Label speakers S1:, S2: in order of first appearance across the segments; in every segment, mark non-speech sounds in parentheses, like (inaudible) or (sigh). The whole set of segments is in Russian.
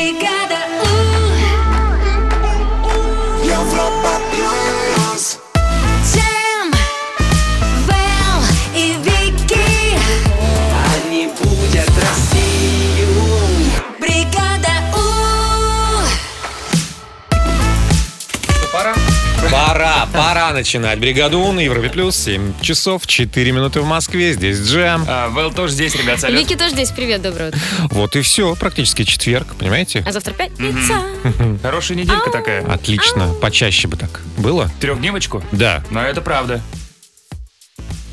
S1: Бригада У.
S2: Европа плюс,
S1: Джем, Вэл и Вики.
S2: они будят Россию.
S1: Бригада У.
S3: Пора. Пора, пора начинать. Бригаду У на Европе Плюс. 7 часов 4 минуты в Москве. Здесь Джем.
S4: А, Вэл тоже здесь, ребят, салют.
S5: Вики тоже здесь. Привет, доброе утро.
S3: Вот и все. Практически четверг, понимаете?
S5: А завтра пятница.
S4: Хорошая
S5: А.
S4: неделька такая.
S3: Отлично. Почаще бы так было.
S4: Трехдневочку?
S3: Да.
S4: Но это правда.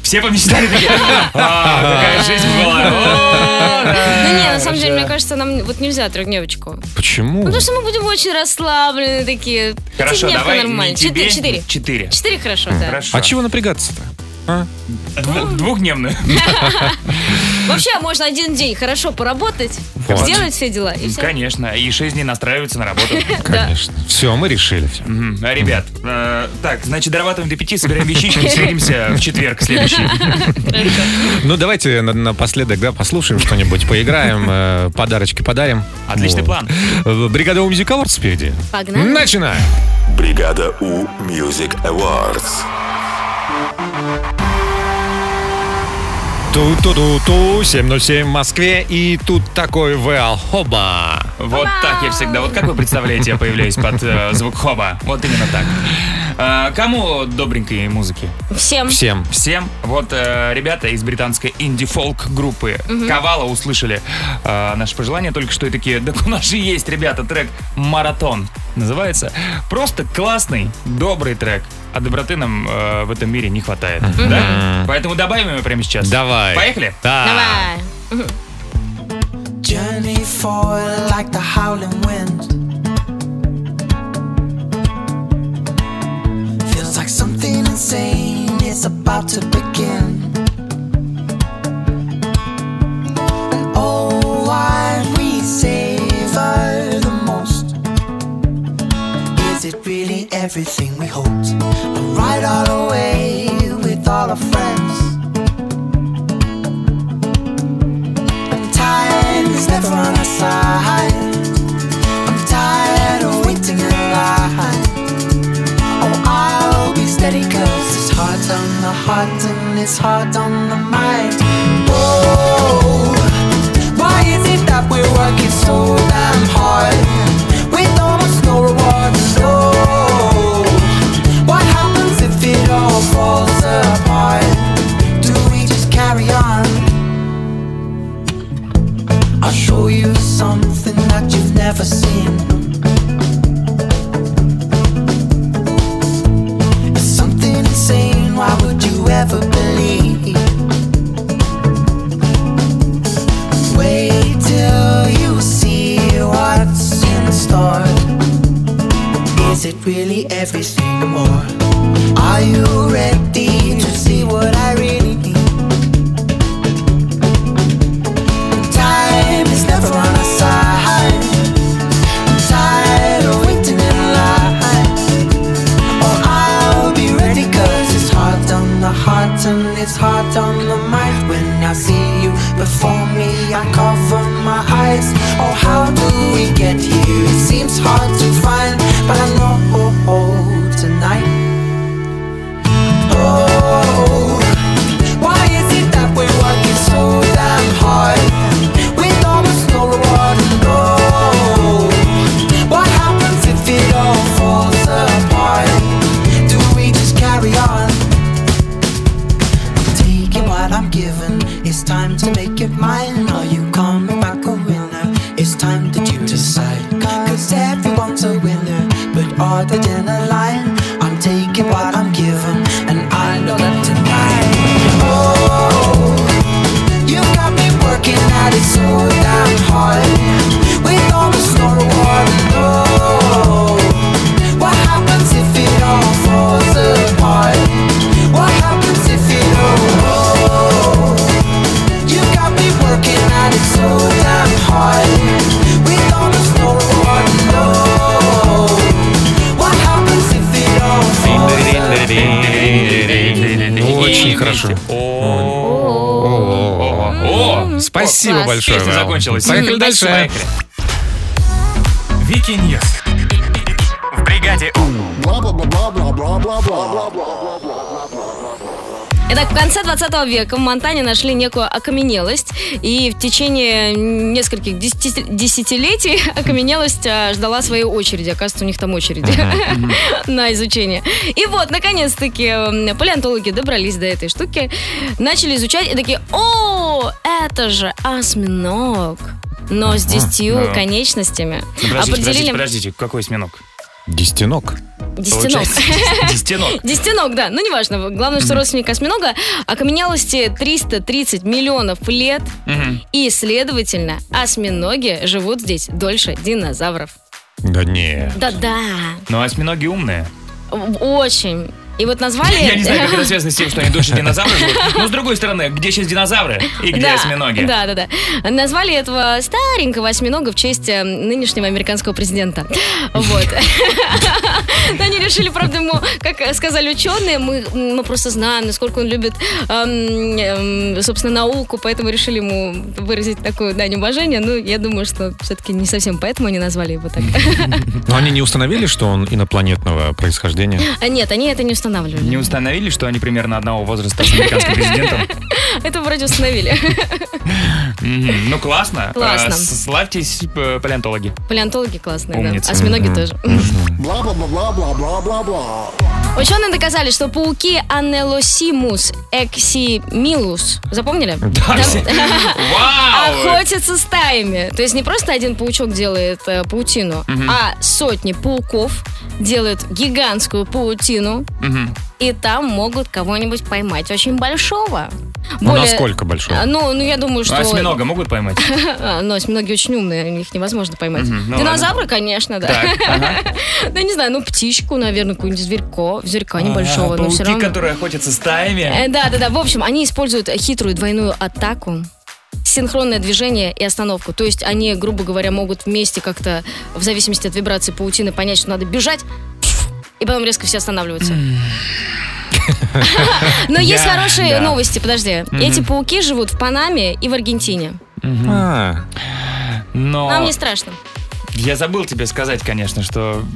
S4: Все помечтали такие. А, Такая жизнь была. Ура!
S5: Ну не, на самом деле, мне кажется, нам вот нельзя трехдневочку.
S3: Почему? А
S5: Ну, потому что мы будем очень расслаблены такие.
S4: Хорошо,
S5: Пятидневка
S4: давай не
S5: нормально.
S4: тебе.
S5: Четыре, четыре.
S4: Четыре.
S5: Четыре хорошо, да.
S4: Хорошо.
S3: А чего напрягаться-то? А?
S4: Дву- Двухдневную.
S5: Вообще, можно один день хорошо поработать,
S3: Вот.
S5: сделать все дела и все.
S4: Конечно. И шесть дней настраиваются на
S5: (laughs)
S4: работу.
S3: Конечно. Все, мы решили все.
S4: Мгм. А, Ребят, э, так, значит, дорабатываем до пяти, собираем вещички и встретимся в четверг следующий.
S3: Ну, давайте на- напоследок, да, послушаем что-нибудь, поиграем, э, подарочки подарим.
S4: Отличный
S3: Вот.
S4: план.
S3: Э, Бригада у Music Awards впереди.
S5: Погнали.
S3: Начинаем!
S6: Бригада У Music Awards.
S3: Ту-ту-ту-ту, 707 в Москве, и тут такой Вэл. Хоба!
S4: Вот так я всегда. Вот как вы представляете, я появляюсь под э, звук хоба. Вот именно так. А, Кому добренькой музыки?
S5: Всем.
S3: Всем.
S4: Всем. Вот э, ребята из британской инди-фолк группы Кавала услышали э, наше пожелание только что и такие, да у нас же есть, ребята, трек «Маратон» называется. Просто классный, добрый трек. А доброты нам э, в этом мире не хватает. Да? Поэтому добавим его прямо сейчас.
S3: Давай.
S4: Поехали?
S3: Да.
S5: Давай.
S7: Journey forward like the howling wind. Feels like something insane is about to begin. And oh, why we savor the most? Is it really everything we hoped? A ride all the way with all our friends. Time is never on our side. I'm tired of waiting in line. Oh, I'll be steady, cause it's hard on the heart and it's hard on the mind. Oh, why is it that we're working so damn hard with almost no reward? No, what happens if it all falls apart? Do we just carry on? I'll show you something that you've never seen. It's something insane, why would you ever believe? Wait till you see what's in store. Is it really everything or more? Are you ready to see what I really need? Time is never on our side. I'm tired of waiting in line. Oh, I'll be ready, cause it's hard on the heart and it's hard on the mind. When I see you before me, I cover my eyes. Oh, how do we get here? It seems hard to find, but I know oh, tonight. Oh. Why is it that we're working so damn hard with almost no reward? No. What happens if it all falls apart? Do we just carry on? I'm taking what I'm given. It's time to make it mine. Are you coming back a winner? It's time that you decide. Cause everyone's a winner, but all that in a line. I'm taking what I'm given, and I know that tonight. Oh, you got me working at it so damn hard. With almost no reward, no. What happens if it all falls apart? What happens if it all? You got me working at it so damn hard. With almost no reward, no. What happens if it all falls apart?
S3: Очень
S4: И
S3: хорошо.
S4: вместе. О,
S3: О,
S4: о, о.
S3: Спасибо
S5: Класс.
S3: большое.
S4: Песня
S3: Вэл.
S4: закончилась.
S3: Поехали
S4: М,
S3: дальше.
S4: поехали.
S8: Вики Ньюс. В бригаде У.
S5: Итак, в конце 20 века в Монтане нашли некую окаменелость, и в течение нескольких десяти- десятилетий (laughs) окаменелость а, ждала своей очереди. Оказывается, у них там очереди (laughs) на изучение. И вот, наконец-таки, м, палеонтологи добрались до этой штуки, начали изучать, и такие, о, это же осьминог. Но с десятью
S4: да.
S5: конечностями. А
S4: Ну, Подождите, подождите,
S5: Определили
S4: подождите, какой сменок?
S3: Десятинок.
S5: десятиног.
S4: Десятинок.
S5: Десятиног, да, ну неважно. Главное, что родственник осьминога окаменелости 330 миллионов лет,
S4: Мгм.
S5: и, следовательно, осьминоги живут здесь дольше динозавров.
S3: Да не.
S5: Да-да,
S4: Ну, осьминоги умные.
S5: в- очень. И вот назвали...
S4: Я не знаю,
S5: (laughs)
S4: как это связано с тем, что они дольше динозавров живут. Но с другой стороны, где сейчас динозавры и где
S5: Да,
S4: осьминоги?
S5: Да, да, да. Назвали этого старенького осьминога в честь э, нынешнего американского президента. Вот. Но они решили, правда, ему, как сказали ученые, мы, мы просто знаем, насколько он любит, эм, эм, собственно, науку, поэтому решили ему выразить такую дань уважения. Ну, я думаю, что все-таки не совсем поэтому они назвали его так.
S3: Но они не установили, что он инопланетного происхождения?
S5: А Нет, они это не устанавливали.
S4: Не установили, что они примерно одного возраста с американским президентом?
S5: Это вроде установили.
S4: Мгм. Ну, классно.
S5: Классно.
S4: А, с- Славьтесь, э, палеонтологи.
S5: Палеонтологи классные,
S4: Умница.
S5: да. А Осьминоги тоже. Ученые доказали, что пауки Анелосимус эксимилус, запомнили?
S4: Да,
S5: Там-
S4: все.
S5: А
S4: Вау!
S5: Охотятся стаями. То есть не просто один паучок делает э, паутину, а сотни пауков делают гигантскую паутину,
S4: Мгм.
S5: и там могут кого-нибудь поймать очень большого.
S3: Ну,
S5: Более-
S3: насколько большой?
S5: А, Ну, ну, я думаю, что...
S4: Ну, осьминога могут поймать?
S5: (laughs) А, Но осьминоги очень умные, их невозможно поймать.
S4: Мгм, ну
S5: Динозавры, конечно, да.
S4: Так, ага.
S5: Да не знаю, (laughs) ну птичку, наверное, какую-нибудь зверько, зверька небольшого,
S4: А,
S5: но все
S4: Пауки,
S5: равно.
S4: которые охотятся стаями.
S5: Э, Да, да, да. В общем, они используют хитрую двойную атаку синхронное движение и остановку. То есть они, грубо говоря, могут вместе как-то, в зависимости от вибрации паутины, понять, что надо бежать, и потом резко все останавливаются. (laughs) Но есть
S4: Я-
S5: хорошие
S4: да.
S5: новости, подожди. Эти пауки живут в Панаме и в Аргентине.
S3: А,
S5: Нам
S4: Но
S5: не страшно.
S4: я забыл тебе сказать, конечно, что... (laughs)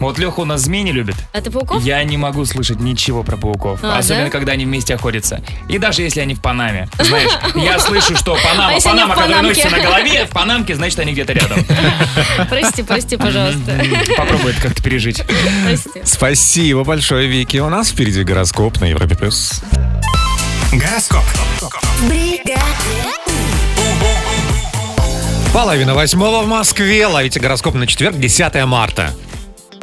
S4: Вот Леха у нас змей не любит.
S5: А ты пауков?
S4: Я не могу слышать ничего про пауков.
S5: А,
S4: особенно,
S5: да?
S4: когда они вместе охотятся. И даже если они в Панаме.
S5: (laughs)
S4: Знаешь, я слышу, что Панама,
S5: А если они в
S4: Панама, которая
S5: Панамке?
S4: носится на голове, в Панамке, значит, они где-то рядом.
S5: (laughs) Прости, прости,
S4: (laughs)
S5: пожалуйста.
S4: Попробуй это как-то пережить.
S5: Прости.
S3: спасибо большое, Вики. У нас впереди гороскоп на Европе+. плюс.
S8: Гороскоп.
S3: Половина восьмого в Москве. Ловите гороскоп на четверг, 10 марта.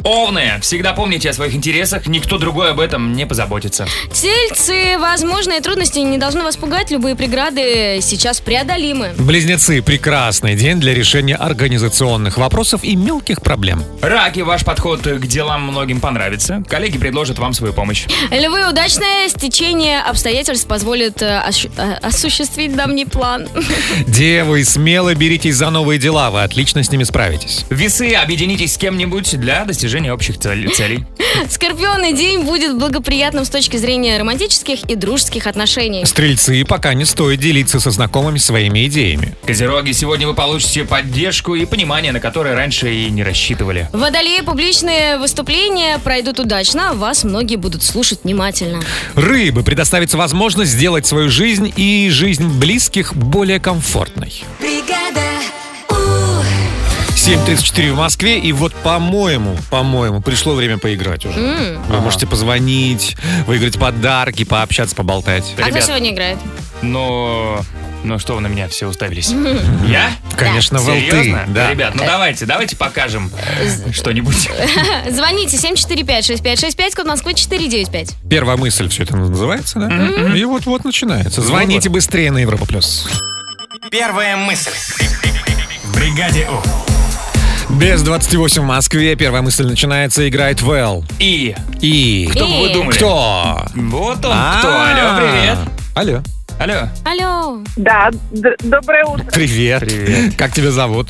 S4: Овны, всегда помните о своих интересах, никто другой об этом не позаботится.
S5: Тельцы, возможные трудности не должны вас пугать. Любые преграды сейчас преодолимы.
S3: Близнецы – прекрасный день для решения организационных вопросов и мелких проблем.
S4: Раки, ваш подход к делам многим понравится. Коллеги предложат вам свою помощь.
S5: Львы, удачное стечение обстоятельств позволит э, осу- э, осуществить давний план. (laughs)
S3: Девы, смело беритесь за новые дела, вы отлично с ними справитесь.
S4: Весы, объединитесь с кем-нибудь для достижения общих цель- целей.
S5: Скорпионы, день будет благоприятным с точки зрения романтических и дружеских отношений.
S3: Стрельцы, пока не стоит делиться со знакомыми своими идеями.
S4: Козероги, сегодня вы получите поддержку и понимание, на которое раньше и не рассчитывали.
S5: Водолеи, публичные выступления пройдут удачно, а вас многие будут слушать внимательно.
S3: Рыбы предоставится возможность сделать свою жизнь и жизнь близких более комфортной.
S1: Бригада У.
S3: 7.34 в Москве, и вот, по-моему, по-моему, пришло время поиграть уже. Вы можете позвонить, выиграть подарки, пообщаться, поболтать.
S5: А кто
S4: Ребят.
S5: сегодня играет?
S4: Но... Ну что вы на меня все уставились?
S5: (laughs)
S4: Я?
S3: Конечно, Вэл, ты,
S4: Серьезно?
S3: Да.
S4: Ребят, ну давайте, давайте покажем что-нибудь.
S5: Звоните 745-6565, код Москвы 495.
S3: Первая мысль все это называется, да? И вот-вот начинается.
S4: Ну
S3: Звоните быстрее на Европа плюс.
S8: Первая мысль. В бригаде У.
S3: Без 28 в Москве первая мысль начинается, играет Вэл.
S4: И
S3: И...
S4: кто бы вы
S5: И.
S4: думали?
S3: (laughs) Кто?
S4: Вот он
S3: А,
S4: кто. Алло, привет.
S3: Алло.
S4: Алло.
S5: Алло.
S9: Да, д- доброе утро,
S3: Привет.
S4: Привет.
S3: Как тебя зовут?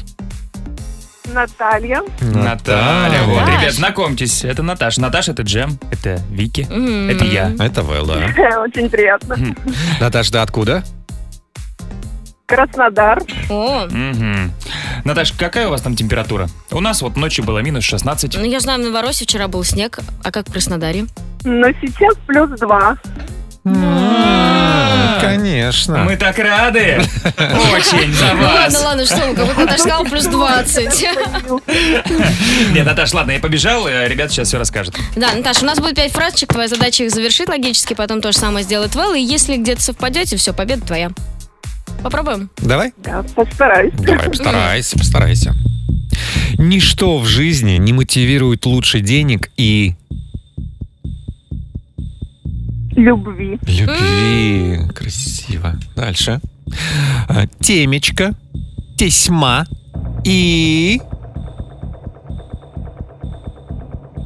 S9: Наталья. (laughs)
S4: Наталья. Вот,
S5: Наташ.
S4: ребят, знакомьтесь. Это Наташа. Наташа, это Джем. Это Вики. Это я.
S3: Это Вэл, да.
S9: Очень приятно.
S3: Наташа, ты откуда?
S9: Краснодар.
S5: О,
S4: Мгм. Наташ, какая у вас там температура? У нас вот ночью было минус 16.
S5: Ну, я знаю, в Новороссии вчера был снег, а как в Краснодаре?
S9: Но сейчас плюс два.
S3: А, Конечно.
S4: Мы
S5: (laughs)
S4: так рады! Очень за
S5: Ну ладно,
S4: вас!
S5: ладно, что вы, как будто даже сказал плюс 20.
S4: Нет, Наташ, ладно, я побежал, э, ребята сейчас все расскажут.
S5: Да, Наташа, у нас будет пять фразочек, твоя задача их завершить логически, потом то же самое сделает Вэл, и если где-то совпадете, все, победа твоя. Попробуем?
S3: Давай?
S9: Да, постараюсь.
S3: Давай, постарайся, постарайся. Ничто в жизни не мотивирует лучше денег и
S9: Любви.
S3: любви. Красиво. Дальше. А, Темечко, тесьма и...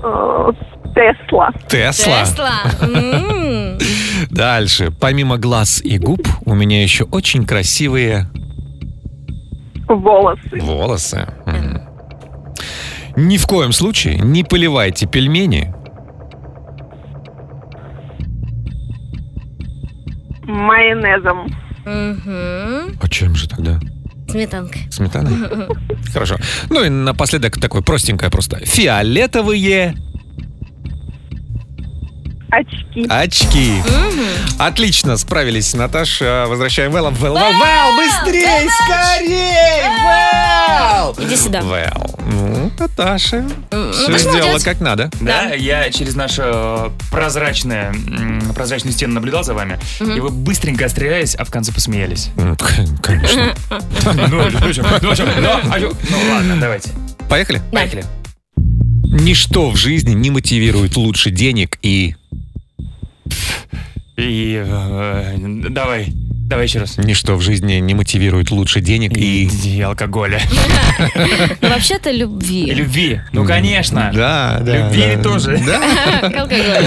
S9: Э, Тесла.
S3: Тесла.
S5: М.
S3: Дальше. Помимо глаз и губ, у меня еще очень красивые
S9: Волосы.
S3: волосы. М. Ни в коем случае не поливайте пельмени.
S9: Майонезом.
S5: Мгм.
S3: А чем же тогда?
S5: Сметанка.
S3: Сметаной? Хорошо. Ну и напоследок такое простенькое просто. Фиолетовые (laughs)
S9: Очки.
S3: очки. Отлично, справились, Наташа. Возвращаем Вэлла. Вэлл, Вэлл, Вэлл, быстрее, скорее, Вэлл! ну,
S5: Иди сюда.
S3: Вэлл. Ну, Наташа. Все
S5: Наташа
S3: сделала
S5: молодец.
S3: как надо.
S4: Да, я через нашу э, прозрачное, м, прозрачную стену наблюдал за вами, и вы быстренько стрелялись, а в конце посмеялись.
S3: М, к- Конечно.
S4: (laughs) Ну, ну, ну, ну, ну, ну, ладно, давайте.
S3: Поехали.
S5: Да.
S4: Поехали.
S3: Ничто в жизни не мотивирует лучше денег и...
S4: И э, давай, давай еще раз.
S3: Ничто в жизни не мотивирует лучше денег и...
S4: И алкоголя.
S5: Ну, вообще-то
S4: И
S5: любви.
S4: любви. Ну, конечно.
S3: Да, да.
S4: Любви
S3: да.
S4: тоже.
S3: Да.
S5: Как алкоголь.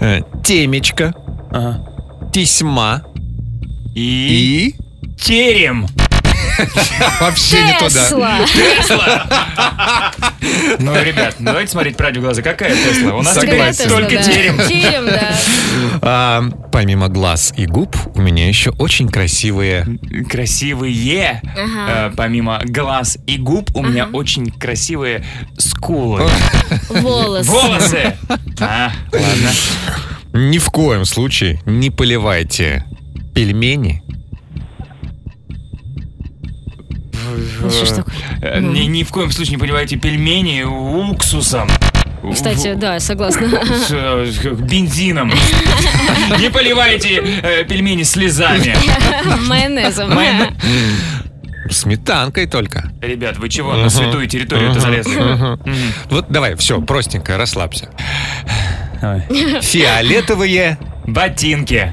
S3: Э, Темечко,
S4: Ага.
S3: тесьма
S4: И...
S3: и...
S4: Терем.
S3: Вообще не туда.
S5: Тесла.
S4: Ну, ребят, давайте смотреть правде в глаза. Какая Тесла? У нас
S5: Какая
S4: теперь
S5: Тесла,
S3: Согласен.
S4: только
S5: да.
S4: терем.
S5: Терем, да.
S3: А, помимо глаз и губ, у меня еще очень красивые...
S4: Красивые.
S5: Ага.
S4: Э, помимо глаз и губ, у меня очень красивые скулы.
S5: Волос.
S4: Волосы. А, ладно.
S3: Ни в коем случае не поливайте пельмени.
S5: Ну, что ж такое?
S4: Э, Ни, ни в коем случае не поливайте пельмени уксусом.
S5: Кстати,
S4: В-
S5: да, согласна. (laughs)
S4: с, э, с бензином. Не поливайте э, пельмени слезами.
S5: Майонезом.
S4: Майонез.
S3: Сметанкой только.
S4: Ребят, вы чего на святую территорию-то залезли? Мгм.
S3: Вот давай, все, простенько, расслабься.
S4: Давай.
S3: Фиолетовые...
S4: Ботинки.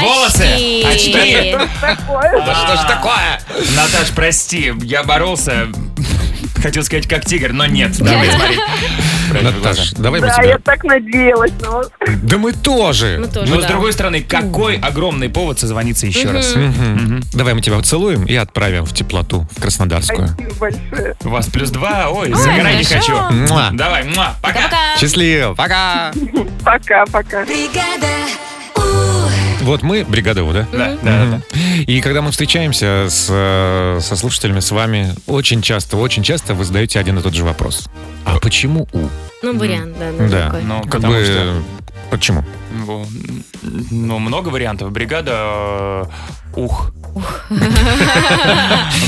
S4: Волосы. А
S5: Очки.
S4: Очки.
S9: Такое.
S3: Да что ж такое?
S4: Наташ, прости, я боролся. Хотел сказать, как тигр, но нет.
S5: (laughs)
S4: Давай смотри. Правильно,
S3: Наташ,
S4: глаза.
S3: давай мы
S9: Да,
S3: тебя...
S9: я так надеялась на вас.
S3: Да мы тоже!
S5: Мы Ну, тоже,
S4: Но Ну, с
S5: да.
S4: другой стороны, какой огромный повод созвониться еще раз.
S3: Мгм. Давай мы тебя поцелуем и отправим в теплоту, в Краснодарскую.
S9: Спасибо большое.
S4: У вас плюс два. Ой, загорать не хочу.
S5: хорошо.
S3: Муа.
S4: Давай, муа, пока.
S5: Пока.
S3: Счастливо, пока!
S9: Пока-пока.
S1: бригада У.
S3: Вот мы, бригада У, да?
S4: Да, да, да.
S3: И когда мы встречаемся с, э, со слушателями, с вами, очень часто, очень часто вы задаете один и тот же вопрос. А почему У?
S5: Ну, вариант, да.
S3: Да.
S5: да. такой.
S4: Ну,
S3: Как
S4: потому
S3: бы...
S4: что...
S3: э, Почему?
S4: Ну, ну, много вариантов. Бригада... э, Ух. (laughs)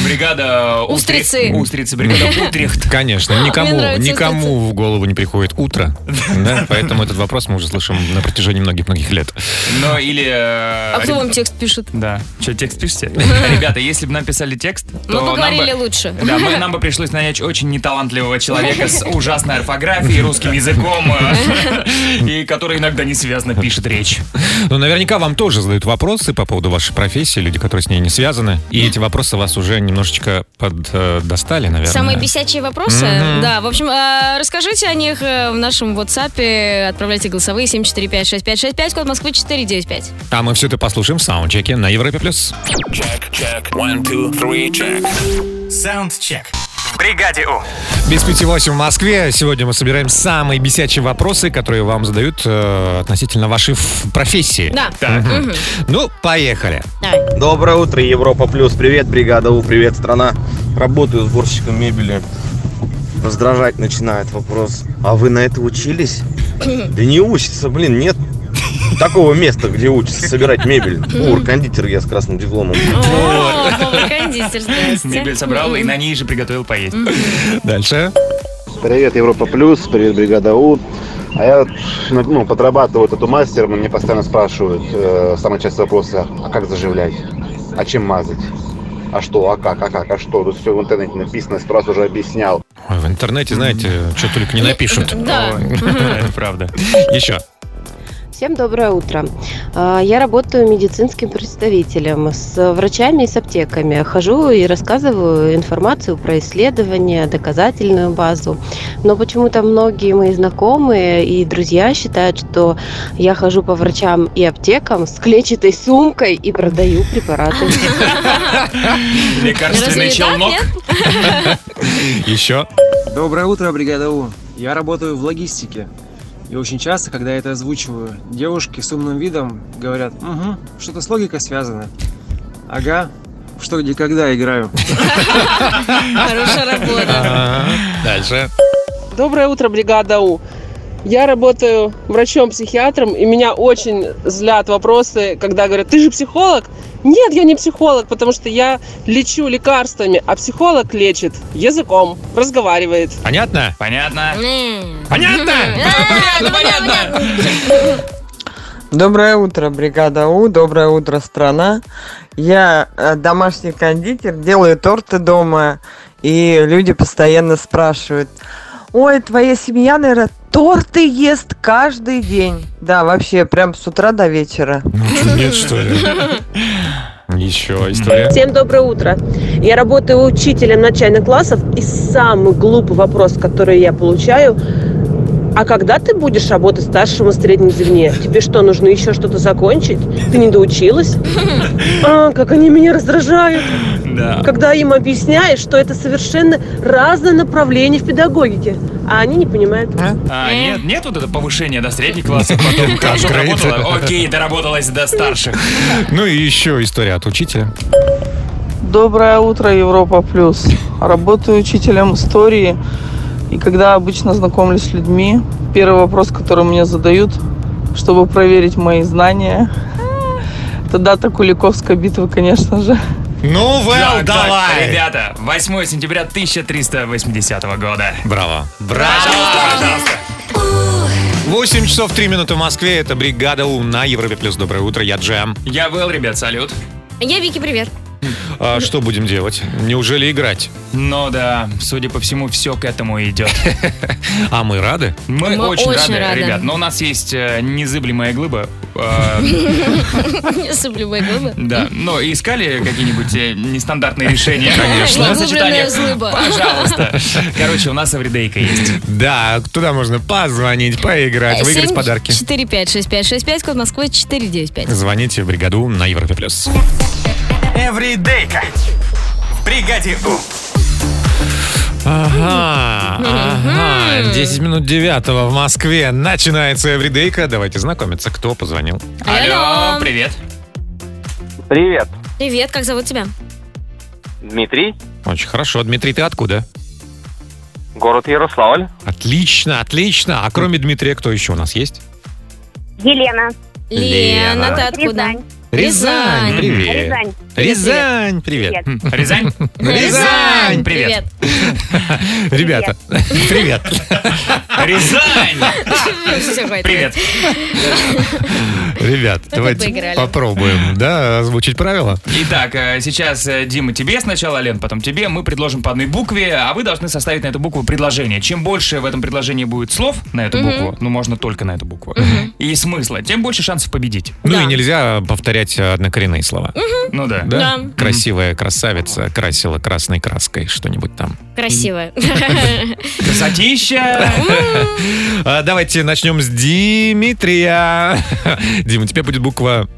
S4: Бригада... утре-
S5: Устрицы.
S4: Устрицы. Бригада Утрехт.
S3: Конечно, никому,
S5: нравится
S3: никому в голову не приходит утро. Да, Поэтому этот вопрос мы уже слышим на протяжении многих-многих лет.
S4: Ну, или... э,
S5: А кто вам текст пишет?
S4: Да. Че, текст
S5: (laughs)
S4: пишете? Ребята, если бы нам писали текст,
S5: Мы
S4: то нам
S5: поговорили
S4: бы-
S5: лучше.
S4: Да, мы- нам бы пришлось нанять очень неталантливого человека с ужасной орфографией, русским языком, э, (laughs) и который иногда несвязно пишет речь.
S3: Но Ну, наверняка вам тоже задают вопросы по поводу вашей профессии, люди, которые с ней не связаны. И эти вопросы вас уже немножечко поддостали, наверное.
S5: Самые бесячие вопросы. Да, в общем, э, расскажите о них э, в нашем WhatsApp. Отправляйте голосовые 7456565, код Москвы 495.
S3: А мы все это послушаем в саундчеке на Европе+. плюс.
S8: Саундчек. В бригаде У.
S3: Без пяти восемь в Москве. Сегодня мы собираем самые бесячие вопросы, которые вам задают э, относительно вашей ф- профессии.
S5: Да.
S4: Так.
S3: Ну, поехали.
S5: Давай.
S10: Доброе утро, Европа Плюс. Привет, бригада У, привет, страна. Работаю сборщиком мебели. Раздражать начинает вопрос. А вы на это учились? Да не учится, блин, нет такого места, где учатся собирать мебель. Повар, кондитер я с красным дипломом.
S5: О, Вова, кондитер, здрасте.
S4: Мебель собрал и на ней же приготовил поесть.
S3: Дальше.
S10: Привет, Европа Плюс, привет, Бригада У. А я вот, ну, подрабатываю эту мастером, и мне постоянно спрашивают, э, самая часть вопроса, а как заживлять? А чем мазать? А что, а как, а как, а что? Тут все в интернете написано, сто раз уже объяснял.
S3: Ой, в интернете, знаете, что только не напишут.
S5: Да.
S4: Ой, (laughs) это правда.
S3: Еще.
S11: Всем доброе утро. А, Я работаю медицинским представителем с врачами и с аптеками. Хожу и рассказываю информацию про исследования, доказательную базу. Но почему-то многие мои знакомые и друзья считают, что я хожу по врачам и аптекам с клетчатой сумкой и продаю препараты.
S5: Разве
S4: Лекарственный
S5: не так,
S4: челнок.
S5: нет?
S3: Еще.
S10: Доброе утро, Бригада У. Я работаю в логистике. И очень часто, когда я это озвучиваю, девушки с умным видом говорят, угу, что-то с логикой связано. Ага, что где когда играю.
S5: Хорошая работа.
S3: Ага. А, Дальше.
S11: Доброе утро, бригада У. Я работаю врачом-психиатром, и меня очень злят вопросы, когда говорят, ты же психолог? Нет, я не психолог, потому что я лечу лекарствами, а психолог лечит языком, разговаривает.
S3: Понятно?
S4: Понятно.
S5: М.
S3: Понятно!
S5: А, понятно.
S7: Доброе утро, бригада У. Доброе утро, страна. Я э, домашний кондитер, делаю торты дома, и люди постоянно спрашивают. Ой, твоя семья, наверное, торты ест каждый день. Да, вообще, прям с утра до вечера.
S3: Ну, (laughs) Нет, что ли? Еще история.
S11: Всем доброе утро. Я работаю учителем начальных классов, и самый глупый вопрос, который я получаю, а когда ты будешь работать старшим и средним звене? Тебе что, нужно еще что-то закончить? Ты не доучилась? А, как они меня раздражают.
S4: Да.
S11: Когда им объясняешь, что это совершенно разное направление в педагогике, а они не понимают.
S4: А,
S5: Э.
S4: нет, нет вот это повышение до средних классов, потом хорошо
S3: Открыто.
S4: доработала, окей, доработалась до старших.
S3: Ну и еще история от учителя.
S7: Доброе утро, Европа Плюс. Работаю учителем истории. И когда обычно знакомлюсь с людьми, первый вопрос, который мне задают, чтобы проверить мои знания, (laughs) это дата Куликовской битвы, конечно же.
S3: Ну, Вэл,
S4: Так, так,
S3: давай!
S4: Ребята, 8 сентября 1380 года.
S3: Браво. Браво.
S4: Пожалуйста.
S3: 8 часов 3 минуты в Москве. Это бригада У на Европе плюс. Доброе утро, я Джем.
S4: Я был, ребят, салют.
S5: Я Вики, привет. (laughs)
S3: А что будем делать? Неужели играть?
S4: Ну да, судя по всему, все к этому идет.
S3: А мы рады?
S4: Мы,
S5: Мы
S4: очень,
S5: очень
S4: рады,
S5: рады.
S4: ребят, но у нас есть э, незыблемая глыба. Э,
S5: Сыблевые губы.
S4: да, но искали какие-нибудь э, нестандартные решения?
S5: Конечно.
S4: Словосочетание?
S5: Незыблемая глыба.
S4: Пожалуйста. Короче, у нас эвридейка есть.
S3: Да, туда можно позвонить, поиграть,
S5: Э,
S3: выиграть подарки.
S5: 4 5 6 5 6 5 код Москвы 495.
S3: Звоните в бригаду У на Европе плюс.
S8: Эвридейка. В бригаде У.
S3: Ага, ага. 10 минут 9 в Москве. Начинается эвридейка. Давайте знакомиться, кто позвонил.
S5: Алло.
S4: Алло, привет.
S10: Привет,
S5: Привет, как зовут тебя?
S10: Дмитрий,
S3: Очень хорошо. Дмитрий, ты откуда?
S10: город Ярославль.
S3: Отлично, отлично. А кроме Дмитрия, кто еще у нас есть?
S9: Елена.
S3: Лена.
S5: Лена, ты откуда? Рязань.
S3: Рязань, привет. Рязань, привет.
S4: М, Хм. Рязань?
S3: Рязань,
S4: Привет.
S5: Привет.
S3: Ребята, (laughs) привет.
S4: Рязань!
S5: (laughs) Всё, хватит.
S4: Привет.
S3: Ребят, давайте
S5: поиграли.
S3: попробуем, да, озвучить правила.
S4: Итак, э, сейчас, э, Дима, тебе сначала, Лен, потом тебе. Мы предложим по одной букве, а вы должны составить на эту букву предложение. Чем больше в этом предложении будет слов на эту букву, ну, можно только на эту букву, и смысла, тем больше шансов победить.
S3: Ну
S5: Да.
S3: и нельзя повторять однокоренные слова.
S4: Ну да.
S3: Да?
S5: Да.
S3: Красивая красавица красила красной краской что-нибудь там.
S5: (laughs) Красивая. (laughs)
S4: Красотища!
S3: А, Давайте начнем с Дмитрия. (laughs) Дима, тебе будет буква...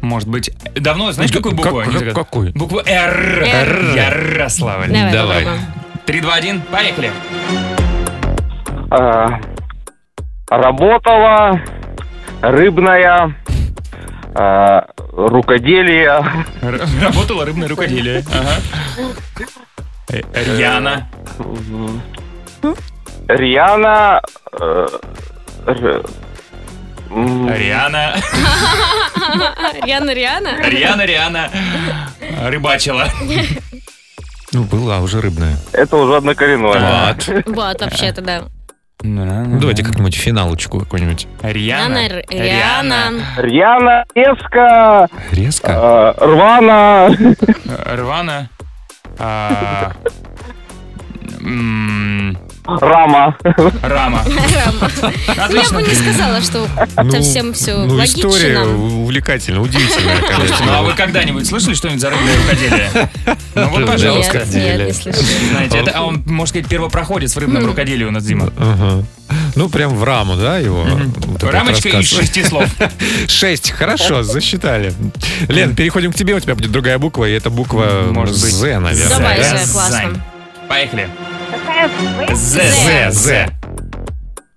S4: Может быть, давно, знаешь, какую букву?
S3: Ну, Как-
S4: они
S3: как-
S4: загад-
S3: какую?
S4: Букву Р.
S5: Р.
S4: Ярославль.
S5: Давай
S3: Давай.
S5: попробуем.
S4: 3, 2, 1, поехали.
S12: А, работала рыбная а, рукоделие.
S4: Работала рыбное рукоделие. Ага. Э, Рьяна.
S12: Риана. э, р- м,
S4: Риана.
S5: Риана, Риана?
S4: Риана, Риана. Рыбачила.
S3: Ну, была уже рыбная.
S12: Это уже однокоренное.
S3: Вот.
S5: Вот, вообще-то, да.
S3: Ну, Давайте как-нибудь финалочку какую-нибудь.
S5: Риана, Р- Риана.
S12: Рьяна, резко,
S3: Резко?
S12: э, рвана, (laughs)
S4: Рвана. А, м,
S12: рама.
S4: Рама.
S5: Ну, я бы не сказала, что совсем все
S3: ну,
S5: логично.
S3: история увлекательная, удивительная,
S4: Слушайте, ну а вы
S3: конечно.
S4: когда-нибудь слышали что-нибудь за рыбное рукоделие? Ну вот,
S3: Нет,
S4: пожалуйста.
S5: Нет, нет, не слышала.
S4: Знаете, это, а он, можно сказать, первопроходец в
S5: Хм.
S4: рыбном рукоделии у нас, Дима.
S3: Ага. Ну, прям в раму, да, его? вот этот
S4: Рамочка
S3: рассказ.
S4: из шести слов.
S3: Шесть, хорошо, засчитали. Лен, переходим к тебе, у тебя будет другая буква, и эта буква
S4: Может быть.
S3: З, наверное.
S5: Давай,
S3: да?
S5: З, классно.
S4: Поехали.
S9: Какая Б?
S4: З,
S5: З.
S4: З, З.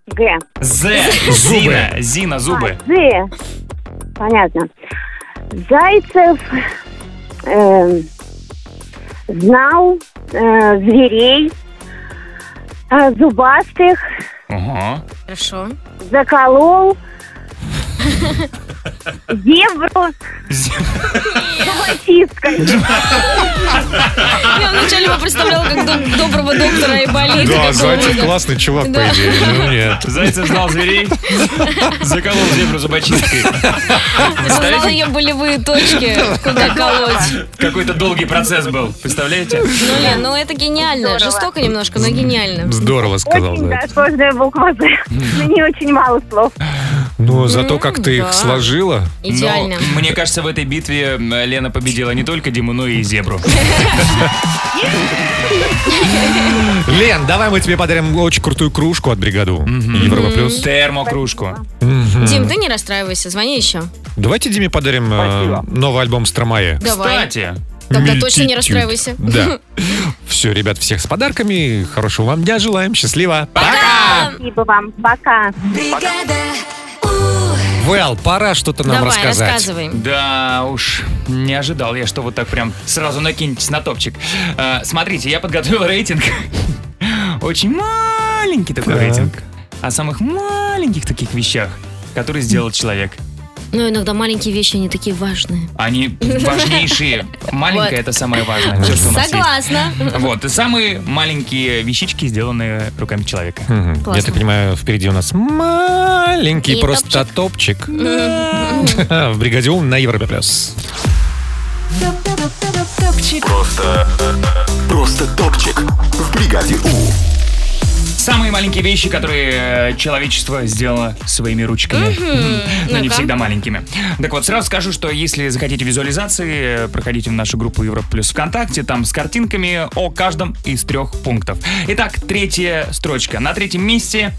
S9: Г.
S4: З. Зина. Зина, зубы.
S9: З. Понятно. Зайцев эм, знал э, зверей, э, зубастых,
S4: Ага.
S5: Хорошо.
S9: заколол, зебру,
S4: З-
S9: зубочистка.
S5: Я вначале его представляла как до- доброго доктора и болит.
S3: Да, Зайцев классный чувак, по
S5: Да.
S3: идее. Ну нет.
S4: Зайцев знал зверей, заколол зебру зубочисткой.
S5: Знал
S4: Представляете,
S5: ее болевые точки, куда колоть.
S4: какой-то долгий процесс был, представляете?
S5: Ну, Лен, ну это гениально.
S9: Здорово.
S5: Жестоко немножко, но гениально.
S3: Здорово сказал
S9: Очень да,
S3: Зайцев.
S9: сложная буква З. На ней очень мало слов.
S3: Но Ну, а зато как ты
S5: да.
S3: их сложила.
S5: Идеально.
S4: Но, мне кажется, в этой битве м, Лена победила не только Диму, но и зебру.
S3: Лен, давай мы тебе подарим очень крутую кружку от бригаду. Европа плюс.
S4: Термокружку.
S5: Дим, ты не расстраивайся, звони еще.
S3: Давайте Диме подарим э,
S12: Спасибо.
S3: новый альбом Стромая.
S5: Давай.
S4: Кстати,
S5: Тогда точно не
S3: Мультитюд.
S5: расстраивайся. (laughs)
S3: Да. Все, ребят, всех с подарками. Хорошего вам дня желаем. Счастливо.
S5: Пока!
S9: Спасибо вам. Пока.
S1: Бригада У.
S3: Вэл, пора что-то нам
S5: Давай,
S3: рассказать.
S5: рассказывай.
S4: Да уж, не ожидал я, что вот так прям сразу накинетесь на топчик. Э, смотрите, я подготовил рейтинг. (laughs) Очень маленький такой
S3: Так.
S4: рейтинг. О самых маленьких таких вещах, которые сделал человек.
S5: Но иногда маленькие вещи, они такие важные. (laughs)
S4: Они важнейшие. Маленькое
S5: Вот.
S4: это самое важное. Все, что у нас есть.
S5: Согласна.
S4: Вот, и самые маленькие вещички, сделанные руками человека.
S3: Мгм. Я
S5: Классно.
S3: так понимаю, впереди у нас маленький
S5: И
S3: просто топчик. Да. (laughs) В бригаде У» на Европе плюс.
S1: Топчик.
S6: Просто... Просто топчик в бригаде У.
S4: Самые маленькие вещи, которые э, человечество сделало своими ручками. (laughs) Но не
S5: Ну-ка.
S4: всегда маленькими. Так вот, сразу скажу, что если захотите визуализации, э, проходите в нашу группу Европа Плюс ВКонтакте, там с картинками о каждом из трех пунктов. Итак, третья строчка. На третьем месте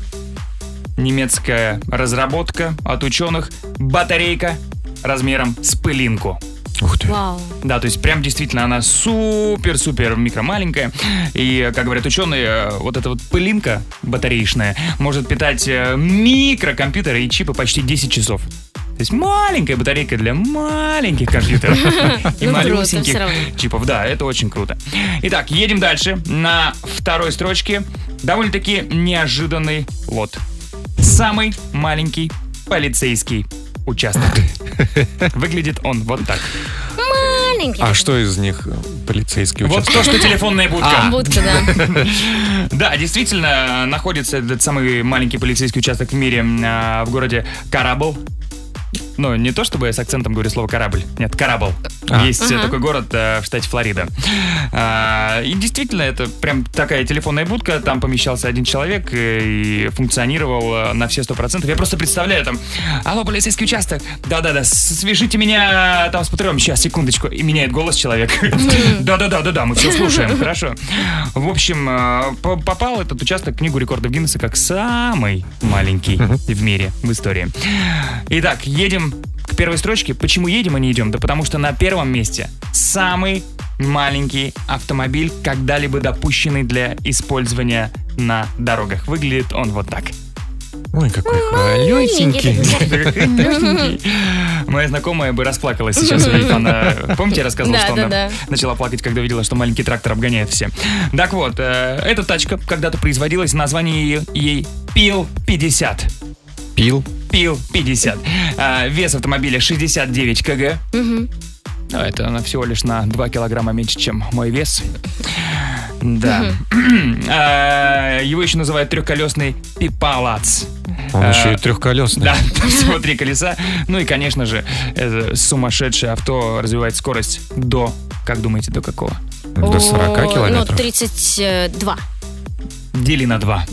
S4: немецкая разработка от ученых батарейка размером с пылинку.
S3: Ух ты.
S5: Вау.
S4: Да, то есть прям действительно она супер-супер микромаленькая. И, как говорят ученые, э, вот эта вот пылинка батареечная может питать э, микрокомпьютеры и чипы почти 10 часов. То есть маленькая батарейка для маленьких
S5: (laughs)
S4: компьютеров и
S5: Ну, круто,
S4: малюсеньких
S5: всё равно.
S4: чипов. Да, это очень круто. Итак, едем дальше. На второй строчке довольно-таки неожиданный лот. Самый маленький полицейский участок. Выглядит он вот так.
S5: Маленький.
S3: А что из них э, полицейский
S4: Вот
S3: участок?
S4: то, что телефонная
S5: А.
S4: будка.
S5: Будка, да.
S4: (laughs) Да, действительно, находится этот самый маленький полицейский участок в мире а, в городе Карабл. Ну, не то чтобы я с акцентом говорю слово корабль. Нет, Карабл.
S3: А.
S4: Есть э,
S5: Ага.
S4: такой город э, в штате Флорида. А, и действительно, это прям такая телефонная будка. Там помещался один человек э, и функционировал э, на все сто процентов. Я просто представляю там, алло, полицейский участок. Да-да-да, с- свяжите меня э, там с патрулем. Сейчас, секундочку. И меняет голос человек. (laughs) Да-да-да-да-да, мы все слушаем. Хорошо. В общем, э, по- попал этот участок в книгу рекордов Гиннесса как самый маленький в мире, в истории. Итак, едем к первой строчке. Почему едем, а не идем? Да потому что на первом месте самый маленький автомобиль, когда-либо допущенный для использования на дорогах. Выглядит он вот так.
S3: Ой, какой
S4: Малюсенький.
S3: Малюсенький.
S4: Моя знакомая бы
S5: (laughs)
S4: расплакалась сейчас, ведь она... Помните, я рассказывал,
S5: Да,
S4: что
S5: да,
S4: она
S5: да.
S4: начала плакать, когда видела, что маленький трактор обгоняет все. Так вот, э, эта тачка когда-то производилась, название ее- ей «Пил-50».
S3: Пил?
S4: «Пил-50». А, Вес автомобиля 69 кг.
S5: Мгм.
S4: Ну, это она всего лишь на 2 килограмма меньше, чем мой вес. Да. (clears throat) А, Его еще называют трехколесный пипалац.
S3: Он
S4: А,
S3: еще и трехколесный.
S4: Да, (laughs) там всего три колеса. Ну и, конечно же, это сумасшедшее авто развивает скорость до, как думаете, до какого?
S3: До 40
S5: Ну,
S3: километров.
S5: 32.
S4: Дели на два.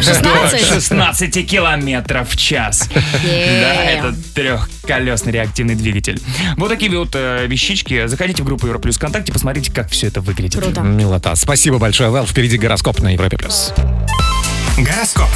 S5: 16? (laughs)
S4: 16 километров в час.
S5: Е.
S4: Да, это трехколесный реактивный двигатель. Вот такие вот э, вещички. Заходите в группу Европа Плюс ВКонтакте, посмотрите, как все это выглядит.
S3: Милота. Спасибо большое, Вэл. Впереди гороскоп на Европе+. плюс.
S8: Гороскоп.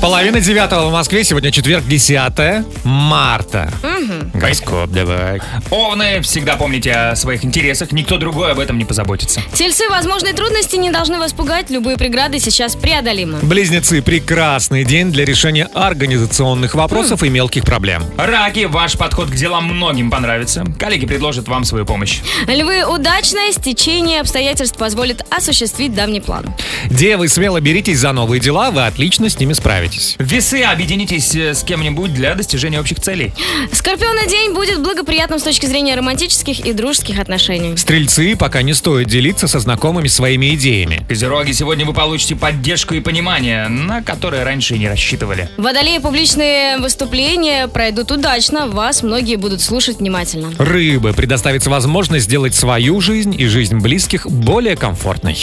S3: Половина девятого в Москве. Сегодня четверг, 10 марта.
S5: Мгм.
S3: Гороскоп, давай.
S4: Овны, всегда помните о своих интересах, никто другой об этом не позаботится.
S5: Тельцы, возможные трудности не должны вас пугать, любые преграды сейчас преодолимы.
S3: Близнецы, прекрасный день для решения организационных вопросов и мелких проблем.
S4: Раки, ваш подход к делам многим понравится. Коллеги предложат вам свою помощь.
S5: Львы, удачное стечение обстоятельств позволит осуществить давний план.
S3: Девы, смело беритесь за новые дела, вы отлично с ними справитесь.
S4: Весы, объединитесь э, с кем-нибудь для достижения общих целей.
S5: Скорпионы день будет благоприятным с точки зрения романтических и дружеских отношений.
S3: Стрельцы, пока не стоит делиться со знакомыми своими идеями.
S4: Козероги, сегодня вы получите поддержку и понимание, на которые раньше и не рассчитывали.
S5: Водолеи публичные выступления пройдут удачно, вас многие будут слушать внимательно.
S3: Рыбы, предоставится возможность сделать свою жизнь и жизнь близких более комфортной.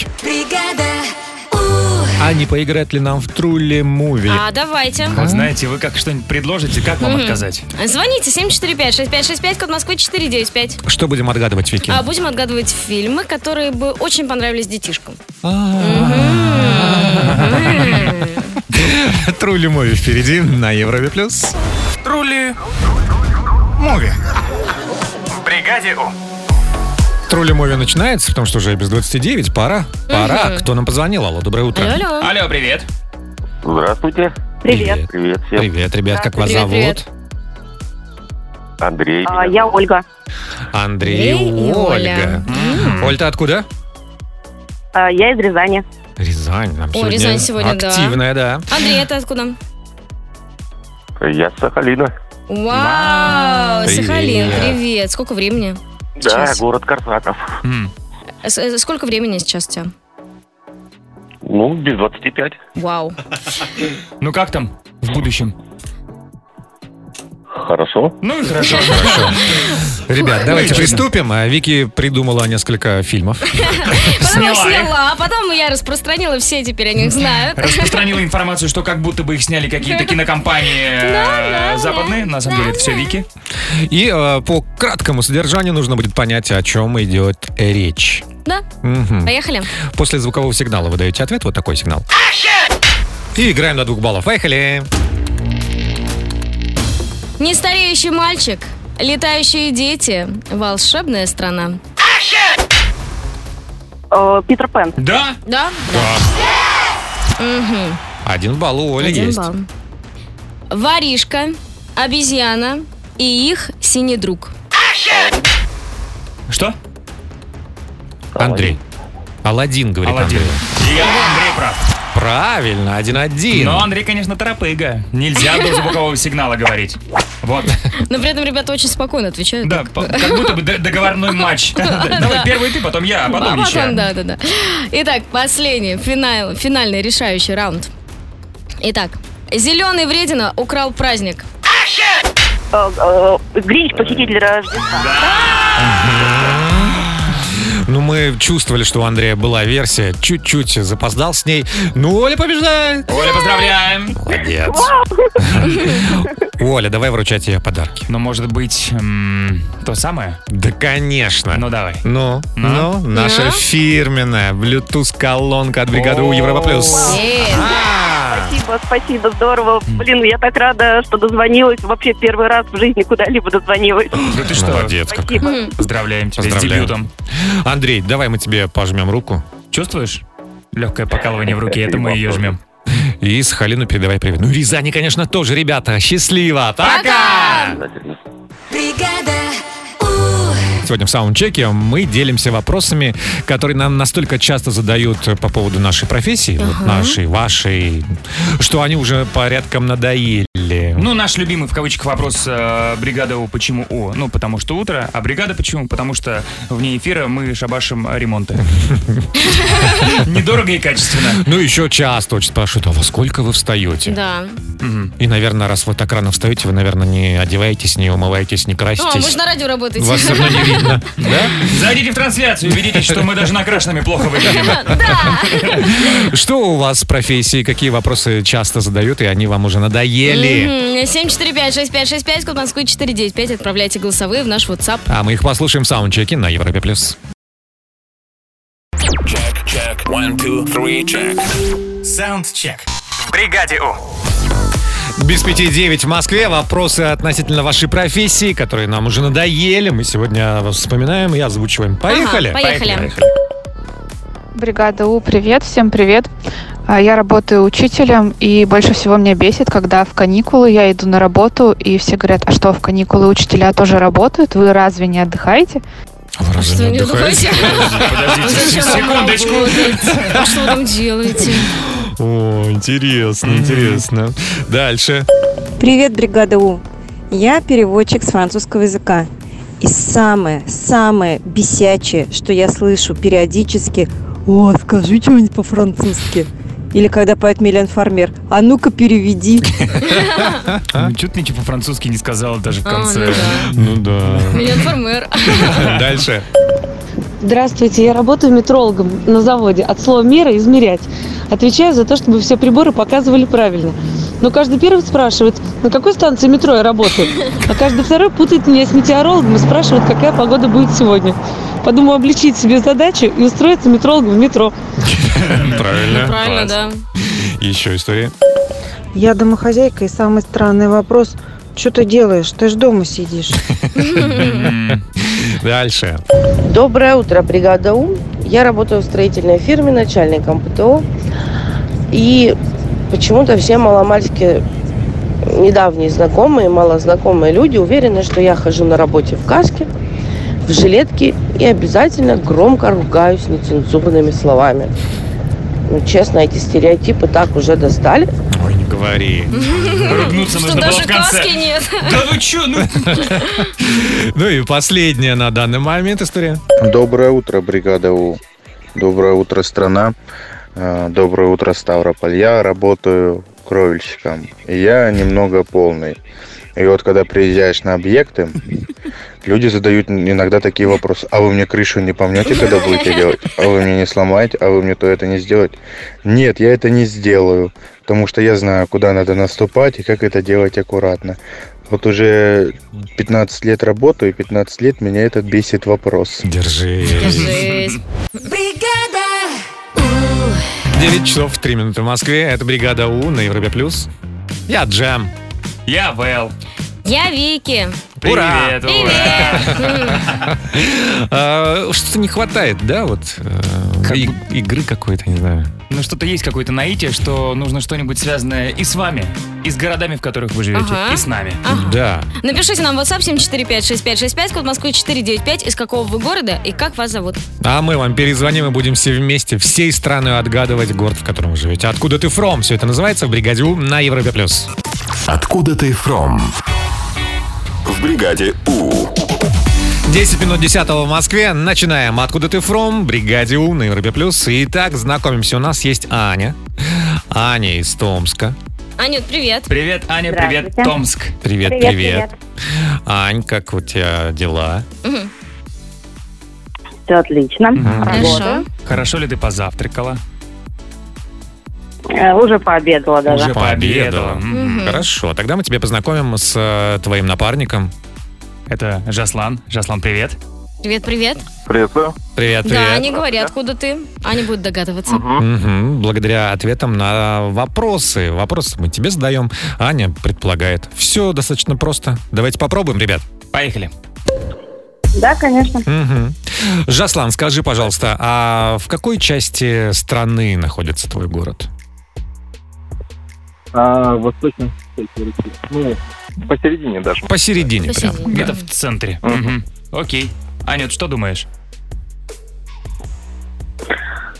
S3: А не поиграть ли нам в Трулли Муви?
S5: А, давайте.
S4: Вот знаете, вы как что-нибудь предложите, как вам
S5: Мгм.
S4: отказать?
S5: Звоните 745-6565, код Москвы 495.
S3: Что будем отгадывать, Вики?
S5: А будем отгадывать фильмы, которые бы очень понравились детишкам.
S3: Трули Муви впереди на Европе Плюс.
S8: Трули. Муви. В бригаде У.
S3: Трули Муви начинается, потому что уже без 29. Пора. Пора.
S5: Мгм.
S3: Кто нам позвонил? Алло, доброе утро.
S5: Алло.
S4: Алло, привет.
S12: Здравствуйте.
S9: Привет.
S12: Привет всем.
S3: Привет, ребят, как вас
S5: Привет,
S3: зовут?
S5: привет.
S12: Андрей.
S9: А, я Ольга.
S3: Андрей
S5: Андрей и
S3: и Ольга.
S5: Оля.
S3: Оль, ты откуда?
S9: А, я из Рязани.
S3: Рязань. Нам
S5: О, Рязань сегодня, да.
S3: активная, да.
S4: А-
S5: Андрей, это откуда?
S12: Я с Сахалина.
S5: Вау,
S3: Привет.
S5: Сахалин, привет. Сколько времени?
S12: Да,
S5: Сейчас.
S12: город Карсаков.
S4: М.
S5: С- э, Сколько времени сейчас у тебя?
S12: Ну, без 25.
S4: (laughs)
S5: Вау.
S4: Ну как там в будущем?
S12: Хорошо.
S4: Ну
S5: (laughs)
S4: и хорошо.
S3: Ребят, давайте
S4: Отлично.
S3: приступим. А Вики придумала несколько фильмов.
S5: Потом я
S4: Сняла их.
S5: сняла, а потом я распространила, все теперь о них знают.
S4: Распространила информацию, что как будто бы их сняли какие-то кинокомпании э, западные. На самом деле это все Вики.
S3: И э, по краткому содержанию нужно будет понять, о чем идет речь.
S5: Да,
S3: Мгм.
S5: поехали.
S3: После звукового сигнала вы даете ответ, вот такой сигнал. И играем до двух баллов. Поехали!
S5: Нестареющий мальчик, летающие дети, волшебная страна.
S9: Э, Питер Пен.
S4: Да?
S5: Да? Мгм.
S3: Один балл у Оли
S5: Один
S3: есть.
S5: балл. Воришка, обезьяна и их синий друг.
S4: Что?
S3: Андрей. Аладдин, говорит
S4: Аладдин.
S3: Андрей.
S4: Я Андрей прав.
S3: Правильно, один-один.
S4: Но Андрей, конечно, торопыга. Нельзя до звукового сигнала говорить. Вот.
S5: Но при этом ребята очень спокойно отвечают.
S4: Да, по- как будто бы д- договорной
S5: (laughs)
S4: матч. Давай первый ты, потом я, а
S5: А
S4: потом
S5: потом,
S4: еще.
S5: да, да, да. Итак, последний, финал, финальный решающий раунд. Итак, зеленый вредина украл праздник.
S9: Э, э, Гринч, похититель Рождества.
S3: Ну, мы чувствовали, что у Андрея была версия. Чуть-чуть запоздал с ней. Ну, Оля побеждает.
S4: Оля, поздравляем!
S3: Молодец. Оля, давай вручать ей подарки.
S4: Ну, может быть, м, то самое?
S3: Да, конечно.
S4: Ну, давай.
S3: Ну,
S4: Ну?
S3: ну, наша
S5: Ну?
S3: фирменная Bluetooth-колонка от бригады У Европа Плюс.
S5: Э,
S3: А,
S9: Спасибо, спасибо, здорово. Блин, я так рада, что дозвонилась. Вообще первый раз в жизни куда-либо дозвонилась.
S4: Да Ну, ты что?
S3: Молодец как.
S4: Хм, Поздравляем тебя с
S3: Поздравляем.
S4: дебютом.
S3: Андрей, давай мы тебе пожмем руку.
S4: Чувствуешь? Легкое покалывание в руке, это мы ее жмем.
S3: И с Халину передавай привет. Ну, и Рязани, конечно, тоже, ребята. Счастливо. Пока!
S13: Бригада,
S3: Сегодня в саундчеке мы делимся вопросами, которые нам настолько часто задают по поводу нашей профессии, вот
S4: Ага.
S3: нашей, вашей, что они уже порядком надоели.
S4: Ну, наш любимый в кавычках вопрос э, бригада У почему О? Ну, потому что утро, а бригада почему? Потому что вне эфира мы шабашим
S3: (laughs)
S4: ремонты. Недорого и качественно.
S3: Ну, еще часто очень спрашивают, а во сколько вы встаете?
S5: Да. Ну,
S3: И, наверное, раз вы так рано встаете, вы, наверное, не одеваетесь, не умываетесь, не краситесь.
S5: О, мы же а на радио работаете. (laughs)
S3: Вас все равно не видно.
S4: Зайдите в трансляцию, убедитесь, что мы даже накрашенными плохо выглядим.
S3: Что у вас с профессией? Какие вопросы часто задают, и они вам уже надоели?
S5: Мгм. 745-6565, код Москвы 495. Отправляйте голосовые в наш WhatsApp.
S3: А мы их послушаем в саундчеке на Европе+. плюс.
S14: Чек, one, two, three, check. Саундчек. В бригаде У.
S3: Без пяти девять в Москве. Вопросы относительно вашей профессии, которые нам уже надоели. Мы сегодня вспоминаем и озвучиваем. Поехали?
S15: Ага, поехали.
S3: Поехали.
S15: Бригада У, привет, всем привет. А, Я работаю учителем, и больше всего меня бесит, когда в каникулы я иду на работу, и все говорят, а что, в каникулы учителя тоже работают, вы разве не отдыхаете?
S5: Что, не
S3: отдыхаете?
S4: Подождите,
S5: Зачем вам
S4: секундочку.
S5: работать? А Что вы там делаете?
S3: О, интересно, интересно. Дальше.
S16: Привет, бригада У. Я переводчик с французского языка. И самое-самое бесячее, что я слышу периодически, «О, скажи что-нибудь по-французски». Или когда поет Милен Фармер, «А ну-ка переведи».
S4: Че ты ничего по-французски не сказала даже в
S5: А,
S4: конце?
S3: (laughs) Ну да.
S5: (laughs) Меня информер.
S3: Дальше.
S7: Здравствуйте, я работаю метрологом на заводе. От слова «мера» — измерять. Отвечаю за то, чтобы все приборы показывали правильно. Но каждый первый спрашивает, на какой станции метро я работаю. А каждый второй путает меня с метеорологом и спрашивает, какая погода будет сегодня. Подумал облегчить себе задачу и устроиться метрологом в метро.
S3: Правильно.
S7: Правильно, да.
S3: Еще история.
S17: Я домохозяйка, и самый странный вопрос – что ты делаешь? Ты ж дома сидишь.
S3: (laughs) Дальше.
S12: Доброе утро, бригада У. Я работаю в строительной фирме начальником ПТО. И почему-то все маломальски недавние знакомые, малознакомые люди уверены, что я хожу на работе в каске, в жилетке и обязательно громко ругаюсь нецензурными словами. Ну, честно, эти стереотипы так уже достали.
S3: Ой, не говори.
S4: Ругнуться
S5: ну Что
S4: нужно было
S5: даже
S4: в конце.
S5: каски
S4: (laughs)
S5: нет.
S4: Да вы че, ну...
S3: Ну и последняя на данный момент история.
S10: Доброе утро, бригада У. Доброе утро, страна. Э, Доброе утро, Ставрополь. Я работаю кровельщиком. И я немного полный. И вот когда приезжаешь на объекты, люди задают иногда такие вопросы. А вы мне крышу не помнете, когда будете делать? А вы мне не сломаете? А вы мне то это не сделаете? Нет, я это не сделаю. Потому что я знаю, куда надо наступать и как это делать аккуратно. Вот уже 15 лет работаю, и 15 лет меня этот бесит вопрос.
S3: Держи.
S13: бригада,
S3: 9 часов 3 минуты в Москве. Это бригада У на Европе плюс. Я Джем.
S4: Я Вэл.
S5: Я Вики.
S3: Ура!
S4: Привет, ура.
S3: А, Что-то не хватает, да, вот э, и- игры какой-то, не знаю.
S4: Ну что-то есть какое-то наитие, что нужно что-нибудь связанное и с вами, и с городами, в которых вы живете,
S5: Ага.
S4: и с нами.
S3: Да.
S5: Напишите нам в WhatsApp 745-6565, код Москвы 495, из какого вы города и как вас зовут.
S3: А мы вам перезвоним и будем все вместе всей страной отгадывать город, в котором вы живете. Откуда ты фром? Все это называется в бригаде У на Европе плюс.
S18: Откуда ты фром? В бригаде У.
S3: 10 минут 10 в Москве. Начинаем. Откуда ты фром? Бригаде У на Европе плюс. Итак, знакомимся. У нас есть Аня. Аня из Томска.
S5: Анют, привет.
S4: Привет, Аня, привет,
S5: Здравствуйте.
S4: Томск.
S3: Привет, привет. Ань, как у тебя дела?
S9: Все отлично.
S4: Хорошо. Хорошо ли ты позавтракала?
S9: Э, Уже пообедала даже.
S4: Уже пообедала. Мгм.
S3: Хорошо, тогда мы тебя познакомим с э, твоим напарником.
S4: Это Жаслан. Жаслан, привет.
S5: Привет, привет.
S12: Приветствую.
S3: Привет, привет.
S5: Да, они говорят, откуда ты. Они будут догадываться.
S3: Мгм. Благодаря ответам на вопросы. Вопросы мы тебе задаем. Аня предполагает. Все достаточно просто. Давайте попробуем, ребят.
S4: Поехали.
S19: Да, конечно.
S3: Мгм. Жаслан, скажи, пожалуйста, а в какой части страны находится твой город?
S12: А, восточный. Ну, посередине даже.
S3: Посередине прям.
S4: Где-то в центре. Мгм. Окей. Аня, ты что думаешь?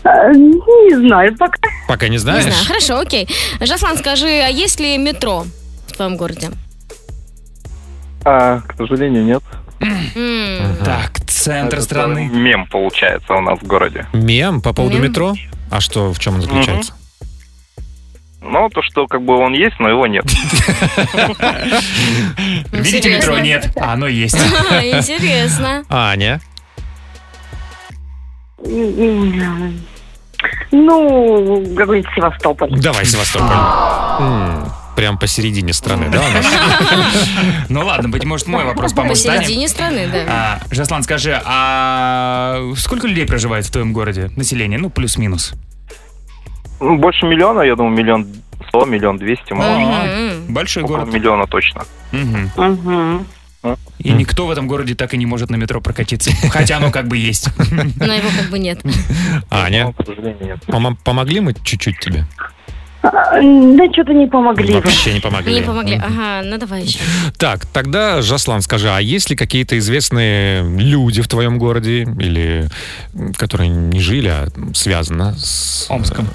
S9: Э, Не знаю пока.
S3: Пока не
S5: Не
S3: знаешь?
S5: знаю. Хорошо, окей. Жаслан, скажи, а есть ли метро в твоем
S4: (laughs)
S5: городе?
S12: А, к сожалению, нет.
S4: Так,
S12: А,
S4: центр страны.
S12: Мем получается у нас в городе.
S3: Мем по поводу
S12: Мем.
S3: метро? А что, в чем он заключается?
S12: Ну, то, что как бы он есть, но его нет.
S4: Видите метро? Нет. А
S5: (laughs)
S4: оно
S5: (laughs)
S4: есть.
S5: Интересно.
S3: Аня.
S19: Ну, говорит Севастополь.
S3: Давай, Севастополь. М, Прям посередине страны, да? у нас?
S4: Ну ладно, быть может, мой вопрос поможет Ане.
S5: Посередине страны, да.
S4: А, Жаслан, скажи, а сколько людей проживает в твоем городе? Население, ну, плюс-минус.
S12: Ну, Больше миллиона, я думаю, миллион сто, миллион двести.
S4: А. Большой город.
S12: миллиона точно.
S4: Мгм. И никто в этом городе так и не может на метро прокатиться. Хотя оно как бы есть.
S5: Но его как бы нет.
S3: Аня, помо- А, помогли мы чуть-чуть тебе?
S19: Да что-то не помогли. вы.
S3: Вообще не помогли.
S5: Не помогли. Ага, ну давай еще.
S3: Так, тогда, Жаслан, скажи, а есть ли какие-то известные люди в твоем городе, или м, которые не жили, а связаны с... Омском.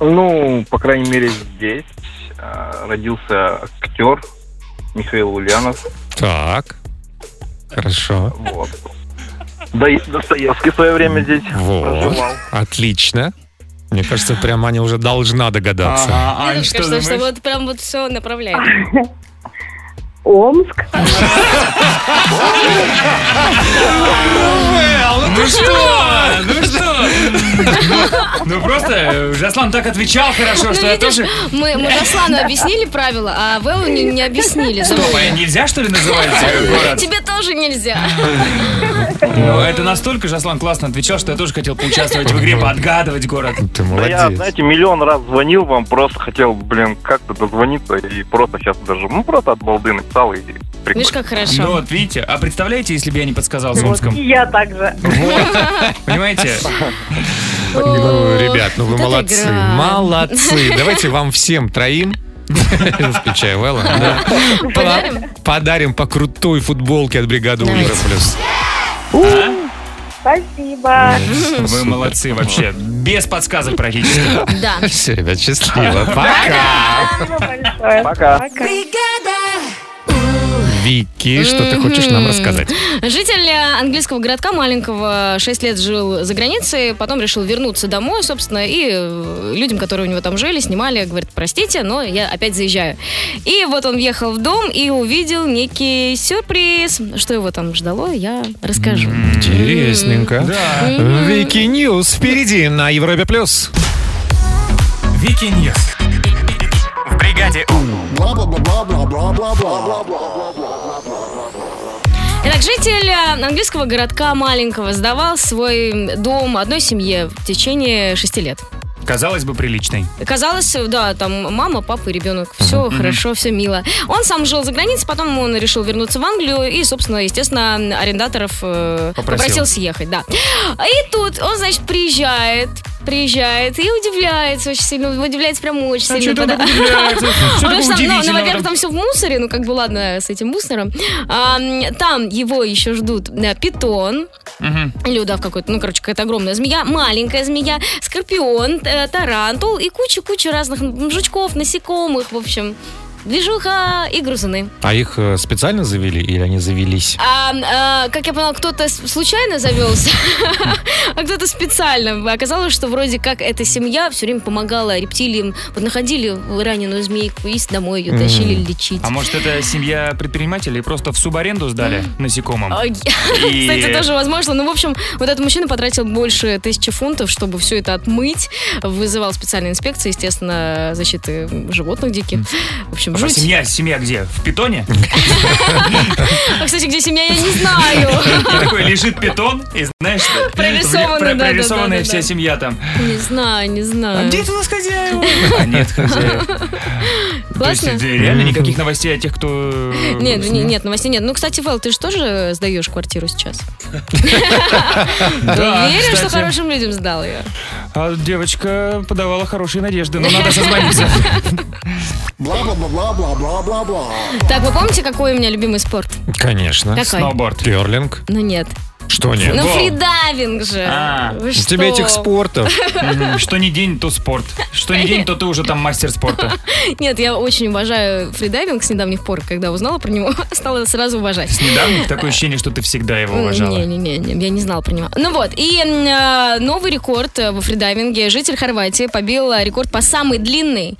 S12: Ну, по крайней мере, здесь э, родился актер Михаил Ульянов.
S3: Так, хорошо.
S12: Вот. Да, и Достоевский в свое время здесь
S3: Вот,
S12: проживал.
S3: отлично. Мне кажется, прям Аня уже должна догадаться.
S4: Ага,
S5: Мне тоже кажется, что вот прям вот все направляет.
S19: Омск.
S4: Ну что? Ну что? Ну просто э, Жаслан так отвечал хорошо,
S5: Ну,
S4: что я
S5: видишь,
S4: тоже...
S5: Мы, мы Руслану объяснили правила, а Вэллу не, не объяснили.
S4: Стоп, а я нельзя, что ли, называть э, город?
S5: Тебе тоже нельзя.
S4: Ну, это настолько Жаслан классно отвечал, что я тоже хотел поучаствовать в игре, подгадывать город.
S3: Ты
S12: Да я, знаете, миллион раз звонил вам, просто хотел, блин, как-то дозвониться и просто сейчас даже, ну, просто от балды написал и прикольно.
S5: Видишь, как хорошо.
S4: Ну вот, видите, а представляете, если бы я не подсказал
S19: Вот,
S4: Сомском?
S19: и я также.
S4: (laughs) Понимаете?
S3: Ну, ребят, ну вы
S4: вот это
S3: молодцы.
S4: игра.
S3: Молодцы. Давайте вам всем троим, (laughs) включая Вэлла, да,
S5: Подарим?
S3: подарим по крутой футболке от бригады Ультра Плюс.
S19: Спасибо.
S4: Вы молодцы вообще. Без подсказок практически.
S5: Да.
S3: Все, ребят, счастливо. Пока.
S12: Пока.
S3: Вики, что ты хочешь нам
S5: Мгм.
S3: рассказать?
S5: Житель э, английского городка маленького 6 лет жил за границей, потом решил вернуться домой, собственно, и э, людям, которые у него там жили, снимали, говорит, простите, но я опять заезжаю. И вот он въехал в дом и увидел некий сюрприз. Что его там ждало, я расскажу.
S3: Интересненько. Вики Ньюс впереди на Европе Плюс.
S8: Вики Ньюс. В бригаде У.
S5: Итак, житель э, английского городка маленького сдавал свой дом одной семье в течение шести лет.
S4: Казалось бы, приличный.
S5: Казалось, да, там мама, папа и ребенок. Все
S4: Мгм.
S5: хорошо, все мило. Он сам жил за границей, потом он решил вернуться в Англию и, собственно, естественно, арендаторов э,
S4: Попросил.
S5: попросил. съехать, да. И тут он, значит, приезжает, приезжает и удивляется очень сильно, удивляется прям очень
S4: А
S5: сильно.
S4: чё там
S5: Пода- (laughs)
S4: удивляется? Чё
S5: Потому
S4: такого
S5: что, ну, ну,
S4: удивительного
S5: во-первых,
S4: там?
S5: там все в мусоре, ну, как бы, ладно, с этим мусором. А, м, Там его еще ждут э, питон, или удав какой-то, ну, короче, какая-то огромная змея, маленькая змея, скорпион, э, тарантул и куча-куча разных м, жучков, насекомых, в общем. Движуха и грузуны.
S3: А их э, специально завели или они завелись?
S5: А, а, как я поняла, кто-то с- случайно завелся, (laughs) а кто-то специально. Оказалось, что вроде как эта семья все время помогала рептилиям. Вот находили раненую змейку и с- домой ее тащили
S4: Мгм.
S5: лечить.
S4: А может, это семья предпринимателей просто в субаренду сдали насекомым?
S5: Ой,
S4: И-
S5: Кстати, тоже возможно. Ну, в общем, вот этот мужчина потратил больше тысячи фунтов, чтобы все это отмыть. Вызывал специальные инспекции, естественно, защиты животных диких. В общем, так
S4: А
S5: жуть.
S4: семья, семья где? В питоне?
S5: А, кстати, где семья, я не
S4: (laughs)
S5: знаю.
S4: Такой лежит питон, и знаешь, что?
S5: Прорисовано,
S4: Про-
S5: да, да, да,
S4: прорисованная
S5: да,
S4: вся
S5: да.
S4: семья там.
S5: Не знаю, не знаю.
S4: А где это
S5: у нас хозяева?
S4: А нет хозяев. То есть
S5: Классно?
S4: э, реально никаких новостей о тех, кто... э,
S5: Нет,
S4: с
S5: не-
S4: ним?
S5: нет, новостей нет. Ну, кстати, Вэл, ты же тоже сдаешь квартиру сейчас?
S4: Да,
S5: Уверен, что
S4: кстати.
S5: хорошим людям сдал ее?
S4: А девочка подавала хорошие надежды, но
S5: (laughs)
S4: надо созвониться.
S6: Бла-бла-бла-бла-бла-бла-бла.
S5: Так, вы помните, какой у меня любимый спорт?
S3: Конечно.
S5: Какой? Сноуборд.
S3: Керлинг.
S5: Ну нет.
S3: Что нет?
S5: Ну, фридайвинг
S4: А,
S5: же. Вы
S4: у
S3: У
S5: что?
S3: тебя этих спортов.
S4: Мгм. Что не день, то спорт. Что не день, то ты уже там мастер спорта.
S5: Нет, я очень уважаю фридайвинг с недавних пор, когда узнала про него, (laughs) стала сразу уважать.
S4: С недавних такое ощущение, что ты всегда его уважала.
S5: Не-не-не, я не знала про него. Ну вот, и м, э, новый рекорд э, во фридайвинге. Житель Хорватии побил э, рекорд по самой длинной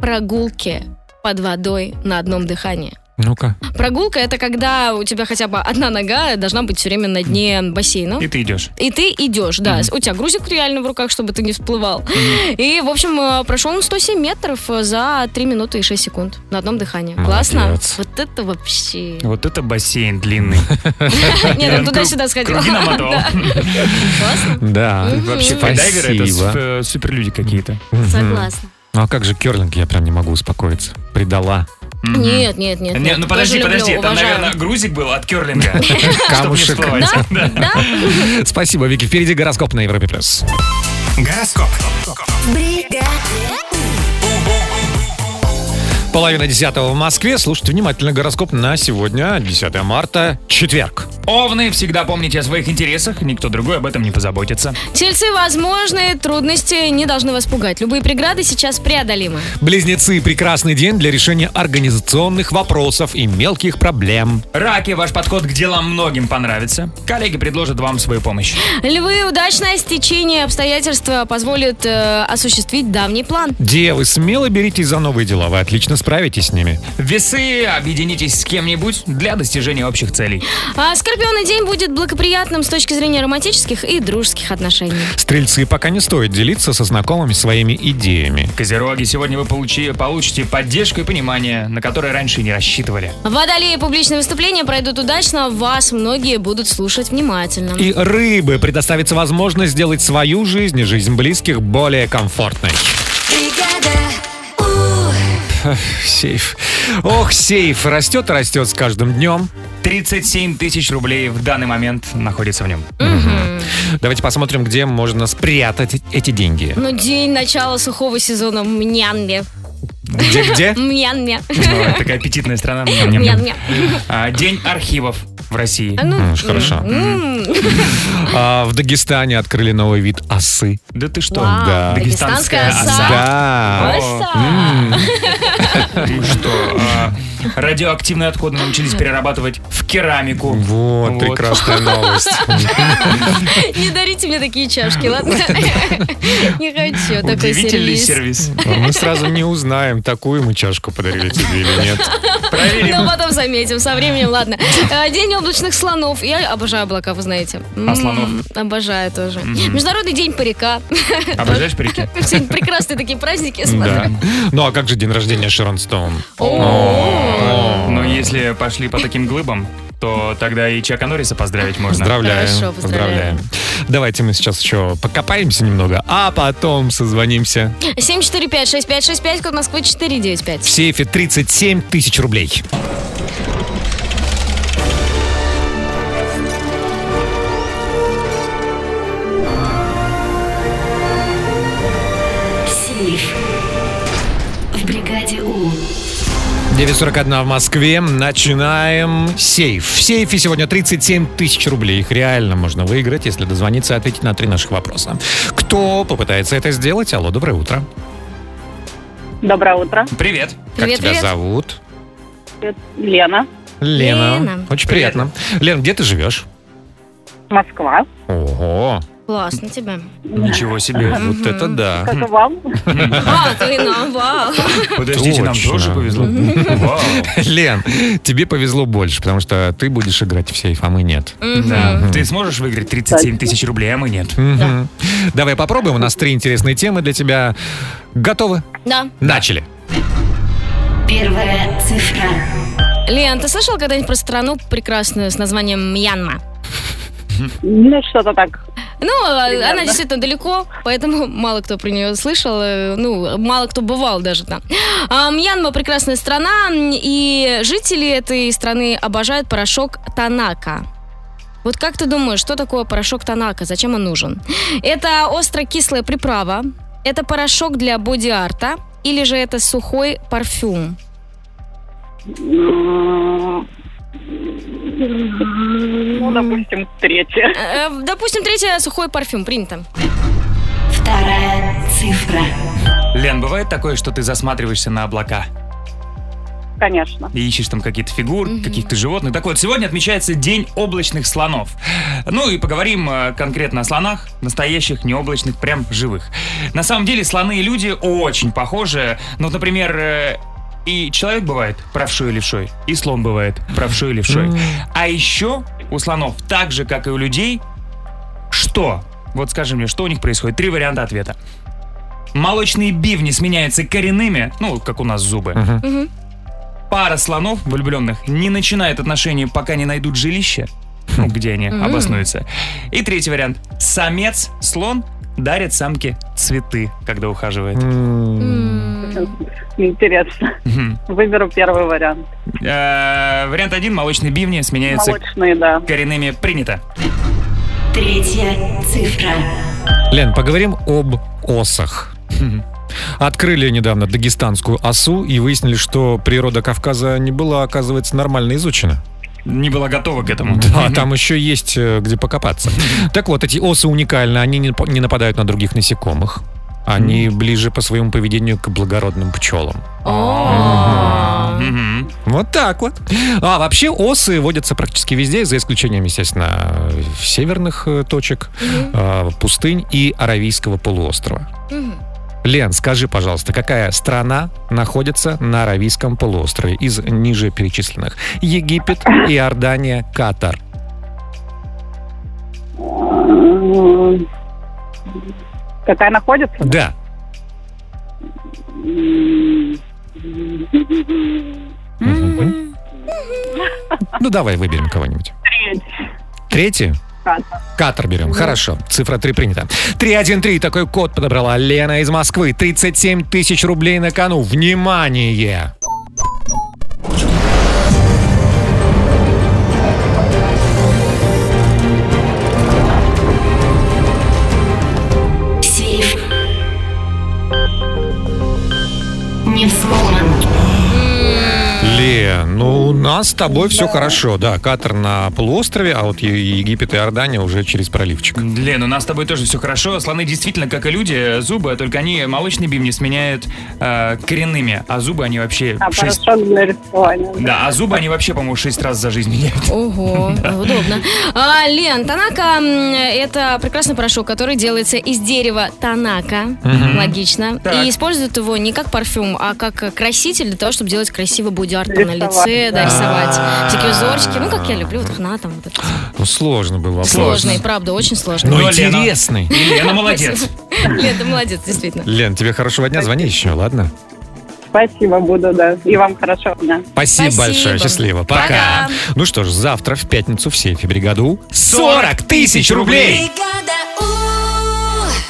S5: прогулке под водой на одном дыхании.
S3: Ну-ка.
S5: Прогулка это когда у тебя хотя бы одна нога должна быть все время на дне бассейна.
S4: И ты идешь.
S5: И ты идешь, да. У тебя грузик реально в руках, чтобы ты не всплывал. И, в общем, э, прошел он 107 метров э, за 3 минуты и 6 секунд на одном дыхании. Классно?
S4: Молодец.
S5: Вот это вообще...
S4: Вот это бассейн длинный.
S5: Нет, ну, он
S4: Прям
S5: туда-сюда
S4: круг-
S5: сходил.
S4: круги намотал.
S5: Да. (laughs) Классно.
S3: Да.
S5: Мгм.
S4: Вообще фридайверы это
S3: Спасибо.
S4: с- э, суперлюди какие-то.
S3: Мгм.
S5: Согласна.
S3: Ну а как же керлинг? Я прям не могу успокоиться. Предала.
S5: Нет, нет, нет.
S4: Не,
S5: нет.
S4: ну
S5: Тоже
S4: подожди,
S5: люблю,
S4: подожди, там,
S5: уважаю.
S4: наверное, грузик был от керлинга. Чтоб не
S3: Камушек.
S4: всплывать. (laughs)
S3: Спасибо, Вики. Впереди гороскоп на Европе плюс.
S8: Гороскоп.
S3: Половина десятого в Москве. Слушайте внимательно гороскоп на сегодня, 10 марта, четверг.
S4: Овны, всегда помните о своих интересах, никто другой об этом не позаботится.
S5: Тельцы, возможные трудности не должны вас пугать. Любые преграды сейчас преодолимы.
S3: Близнецы – прекрасный день для решения организационных вопросов и мелких проблем.
S4: Раки, ваш подход к делам многим понравится. Коллеги предложат вам свою помощь.
S5: Львы, удачное стечение обстоятельств позволит э, осуществить давний план.
S3: Девы, смело беритесь за новые дела, вы отлично справитесь с ними.
S4: Весы, объединитесь с кем-нибудь для достижения общих целей.
S5: А Скорпионы день будет благоприятным с точки зрения романтических и дружеских отношений.
S3: Стрельцы, пока не стоит делиться со знакомыми своими идеями.
S4: Козероги, сегодня вы получи- получите поддержку и понимание, на которое раньше не рассчитывали.
S5: Водолеи публичные выступления пройдут удачно, вас многие будут слушать внимательно.
S3: И рыбы предоставится возможность сделать свою жизнь и жизнь близких более комфортной. Сейф. Ох, сейф растет и растет с каждым днем.
S4: 37 тысяч рублей в данный момент находится в нем.
S3: Давайте посмотрим, где можно спрятать эти деньги.
S5: Ну, день начала сухого сезона. Мьянме. (laughs)
S3: Где-где?
S5: Мьянме.
S4: Ой, Ну, Такая аппетитная страна.
S5: Мьянме.
S4: А, День архивов в России.
S5: А ну,
S3: Ну, уж хорошо.
S5: м.
S3: А, в Дагестане открыли новый вид осы.
S4: Да ты что?
S5: Вау,
S3: Да.
S5: Дагестанская оса.
S3: Да.
S5: Оса.
S4: Ну что, а, радиоактивные отходы научились перерабатывать в керамику.
S3: Вот, прекрасная
S4: (laughs)
S3: новость.
S5: Не дарите мне такие чашки, ладно? (laughs) Не хочу такой
S4: Удивительный
S5: сервис.
S4: сервис.
S5: (laughs)
S3: Мы сразу не узнаем, такую мы чашку подарили тебе или нет.
S5: Но Ну, потом заметим, со временем, ладно. Э, День облачных слонов. Я обожаю облака, вы знаете. М,
S4: слонов?
S5: Обожаю тоже.
S3: Мгм.
S5: Международный день парика.
S3: Обожаешь парики?
S5: Все прекрасные такие праздники,
S3: Да.
S5: смотрю.
S3: Ну а как же день рождения Шерон Стоун?
S4: Но если пошли по таким глыбам, то тогда и Чака Норриса поздравить можно.
S3: Поздравляем. поздравляем. Давайте мы сейчас еще покопаемся немного, а потом созвонимся.
S5: 745-6565, код Москвы
S3: В
S5: 495.
S3: сейфе 37 тысяч рублей.
S1: Сейф. В бригаде У.
S3: 9.41 в Москве. Начинаем сейф. В сейфе сегодня 37 тысяч рублей. Их реально можно выиграть, если дозвониться и ответить на три наших вопроса. Кто попытается это сделать? Алло, доброе утро.
S19: Доброе утро.
S4: Привет.
S3: Как
S19: Привет,
S3: тебя
S19: привет.
S3: зовут?
S19: Лена,
S3: Лена.
S19: Лена.
S3: Очень приятно. Лен, где ты живешь?
S19: Москва.
S3: Ого,
S5: Классно тебя.
S4: Ничего себе.
S3: вот это да. (laughs)
S19: Как и вам?
S5: А, ты нам, вау.
S4: Подождите, нам
S3: Точно.
S4: тоже повезло. Вау.
S3: Лен, тебе повезло больше, потому что ты будешь играть в сейф, а мы нет.
S4: Да. Ты сможешь выиграть 37 тысяч рублей, а мы нет.
S3: Мгм. Давай попробуем. У нас три интересные темы для тебя. Готовы?
S5: Да.
S3: Начали.
S1: Первая цифра.
S5: Лен, ты слышала когда-нибудь про страну прекрасную с названием Мьянма?
S19: Ну, что-то так.
S5: Ну, а, она
S19: Примерно.
S5: действительно далеко, поэтому (laughs) мало кто про нее слышал, э, ну, мало кто бывал даже там. А, Мьянма прекрасная страна, м, и жители этой страны обожают порошок Танака. Вот как ты думаешь, что такое порошок Танака? Зачем он нужен? Это остро-кислая приправа, это порошок для боди-арта, или же это сухой парфюм?
S19: Ну, допустим,
S20: (laughs)
S19: третья.
S5: Э, Допустим, третье сухой парфюм, принято.
S1: Вторая цифра.
S4: Лен, бывает такое, что ты засматриваешься на облака?
S19: Конечно.
S4: И ищешь там какие-то фигур, каких-то животных. Так вот, сегодня отмечается День облачных слонов. Ну и поговорим э, конкретно о слонах, настоящих, не облачных, прям живых. На самом деле слоны и люди очень похожи. Ну, вот, например, э, и человек бывает правшой и левшой, и слон бывает правшой и левшой. А еще у слонов, так же, как и у людей, что? Вот скажи мне, что у них происходит? Три варианта ответа. Молочные бивни сменяются коренными, ну, как у нас зубы. Пара слонов, влюбленных, не начинает отношения, пока не найдут жилище, ну, где они
S21: Мгм.
S4: обоснуются. И третий вариант. Самец, слон, дарит самке цветы, когда ухаживает.
S19: Интересно.
S4: Мгм.
S19: Выберу первый вариант.
S4: Э, Вариант один. Молочные бивни сменяются
S19: Молочные, да.
S4: коренными. Принято.
S1: Третья цифра.
S3: Лен, поговорим об осах. Открыли недавно дагестанскую осу и выяснили, что природа Кавказа не была, оказывается, нормально изучена.
S4: Не была готова к этому.
S3: Да, там еще есть э, где покопаться. Так вот, эти осы уникальны, они не нап- не нападают на других насекомых. Они ближе по своему поведению к благородным пчелам.
S4: А. Мгм.
S3: Вот так вот. А вообще осы водятся практически везде, за исключением, естественно, э, северных э, точек, э, пустынь и Аравийского полуострова. Лен, скажи, пожалуйста, какая страна находится на Аравийском полуострове из ниже перечисленных? Египет, Иордания, Катар.
S19: М, Какая находится?
S3: Да.
S19: М,
S3: Мгм. Ну, давай выберем кого-нибудь. Третий?
S19: Катар.
S3: Катар берем. Хорошо. Цифра 3 принята. 313. Такой код подобрала Лена из Москвы. 37 тысяч рублей на кону. Внимание!
S1: Сейф. Не взломан.
S3: Лен, ну у нас с тобой все хорошо. Да, Катар на полуострове, а вот Е- Египет и Иордания уже через проливчик.
S4: Лен, у нас с тобой тоже все хорошо. Слоны действительно, как и люди, зубы, только они молочные бивни сменяют э, коренными, а зубы они вообще
S19: А
S4: в шесть...
S19: порошок для рисования.
S4: Да, а зубы они вообще, по-моему, шесть раз за
S5: (laughs)
S4: жизнь меняют.
S5: Ого, удобно. А, Лен, танака м, это прекрасный порошок, который делается из дерева танака.
S4: Мгм.
S5: Логично.
S4: Так.
S5: И используют его не как парфюм, а как краситель для того, чтобы делать красивый боди-арт там на
S19: Рисовать,
S5: лице, да,
S3: да.
S5: рисовать. Всякие узорчики. Ну, как я
S3: А.
S5: люблю, вот хна там. вот это.
S3: Ну, сложно Ну, был вопрос.
S5: Сложный, правда, очень сложный.
S3: Но интересный.
S4: ну,
S5: (laughs) Лен, ты молодец, действительно.
S3: Лен, тебе хорошего дня, звони еще, ладно?
S19: Спасибо, буду, да. И вам хорошо дня.
S3: Спасибо, большое, счастливо. Пока.
S19: Пока.
S3: Ну что ж, завтра в пятницу в сейфе бригаду 40 тысяч рублей.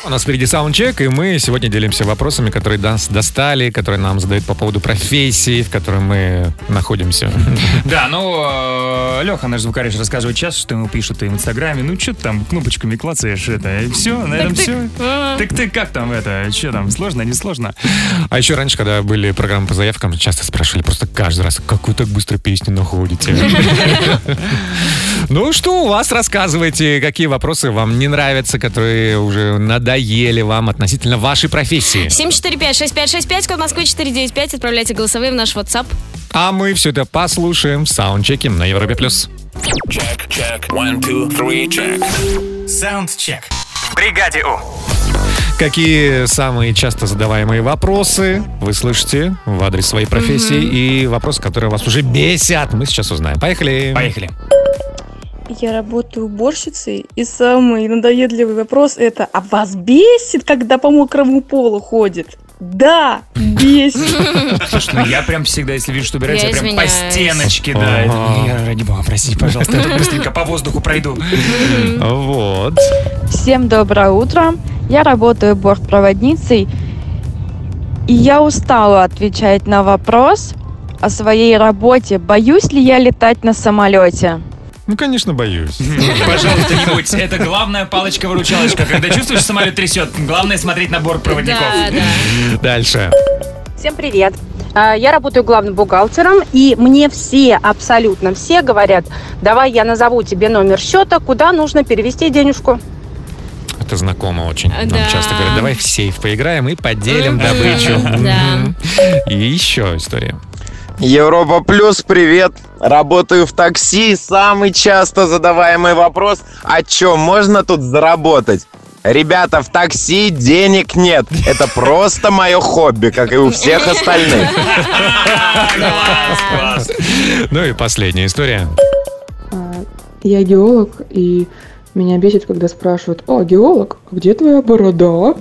S3: У нас впереди саундчек, и мы сегодня делимся вопросами, которые нас достали, которые нам задают по поводу профессии, в которой мы находимся.
S4: Да, ну, Леха, наш звукореж, рассказывает сейчас, что ему пишут и в Инстаграме. Ну, что ты там кнопочками клацаешь, это, и все, на этом
S5: Так ты-
S4: все. Так ты как там это, что там, сложно, не сложно?
S3: А еще раньше, когда были программы по заявкам, часто спрашивали просто каждый раз, как вы так быстро песни находите? Ну что у вас, рассказывайте, какие вопросы вам не нравятся, которые уже надоели вам относительно вашей профессии.
S5: 745-6565, код Москвы 495. Отправляйте голосовые в наш WhatsApp.
S3: А мы все это послушаем в саундчеке на Европе+. плюс.
S8: Check, check. One, two, three, check. Саундчек. В бригаде У.
S3: Какие самые часто задаваемые вопросы вы слышите в адрес своей профессии и вопросы, которые вас уже бесят, мы сейчас узнаем. Поехали.
S4: Поехали.
S20: Я работаю уборщицей, и самый надоедливый вопрос это «А вас бесит, когда по мокрому полу ходит?»
S5: Да, бесит.
S4: Слушай, ну я прям всегда, если вижу, что убирается,
S5: Я
S4: я, прям по
S5: извиняюсь.
S4: стеночке, да.
S3: Ага.
S4: это, ну, я ради бога, простите, пожалуйста, я тут быстренько по воздуху пройду.
S3: Вот.
S12: Всем доброе утро. Я работаю бортпроводницей, и я устала отвечать на вопрос о своей работе. Боюсь ли я летать на самолете?
S3: Ну, конечно, боюсь.
S4: Пожалуйста, не будь. Это главная палочка-выручалочка. Когда чувствуешь, самолет трясет, главное смотреть на борт проводников.
S3: Дальше.
S22: Всем привет! А, Я работаю главным бухгалтером, и мне все, абсолютно все говорят, давай я назову тебе номер счета, куда нужно перевести денежку.
S3: Это знакомо очень. Нам
S22: Да.
S3: часто говорят, давай в сейф поиграем и поделим добычу. Мгм. И еще история.
S10: Европа Плюс, привет! Работаю в такси. Самый часто задаваемый вопрос, о чем можно тут заработать? Ребята, в такси денег нет. Это просто мое хобби, как и у всех остальных.
S4: (laughs)
S3: Ну и последняя история.
S9: Я геолог, и меня бесит, когда спрашивают, «О, геолог, а где твоя борода?»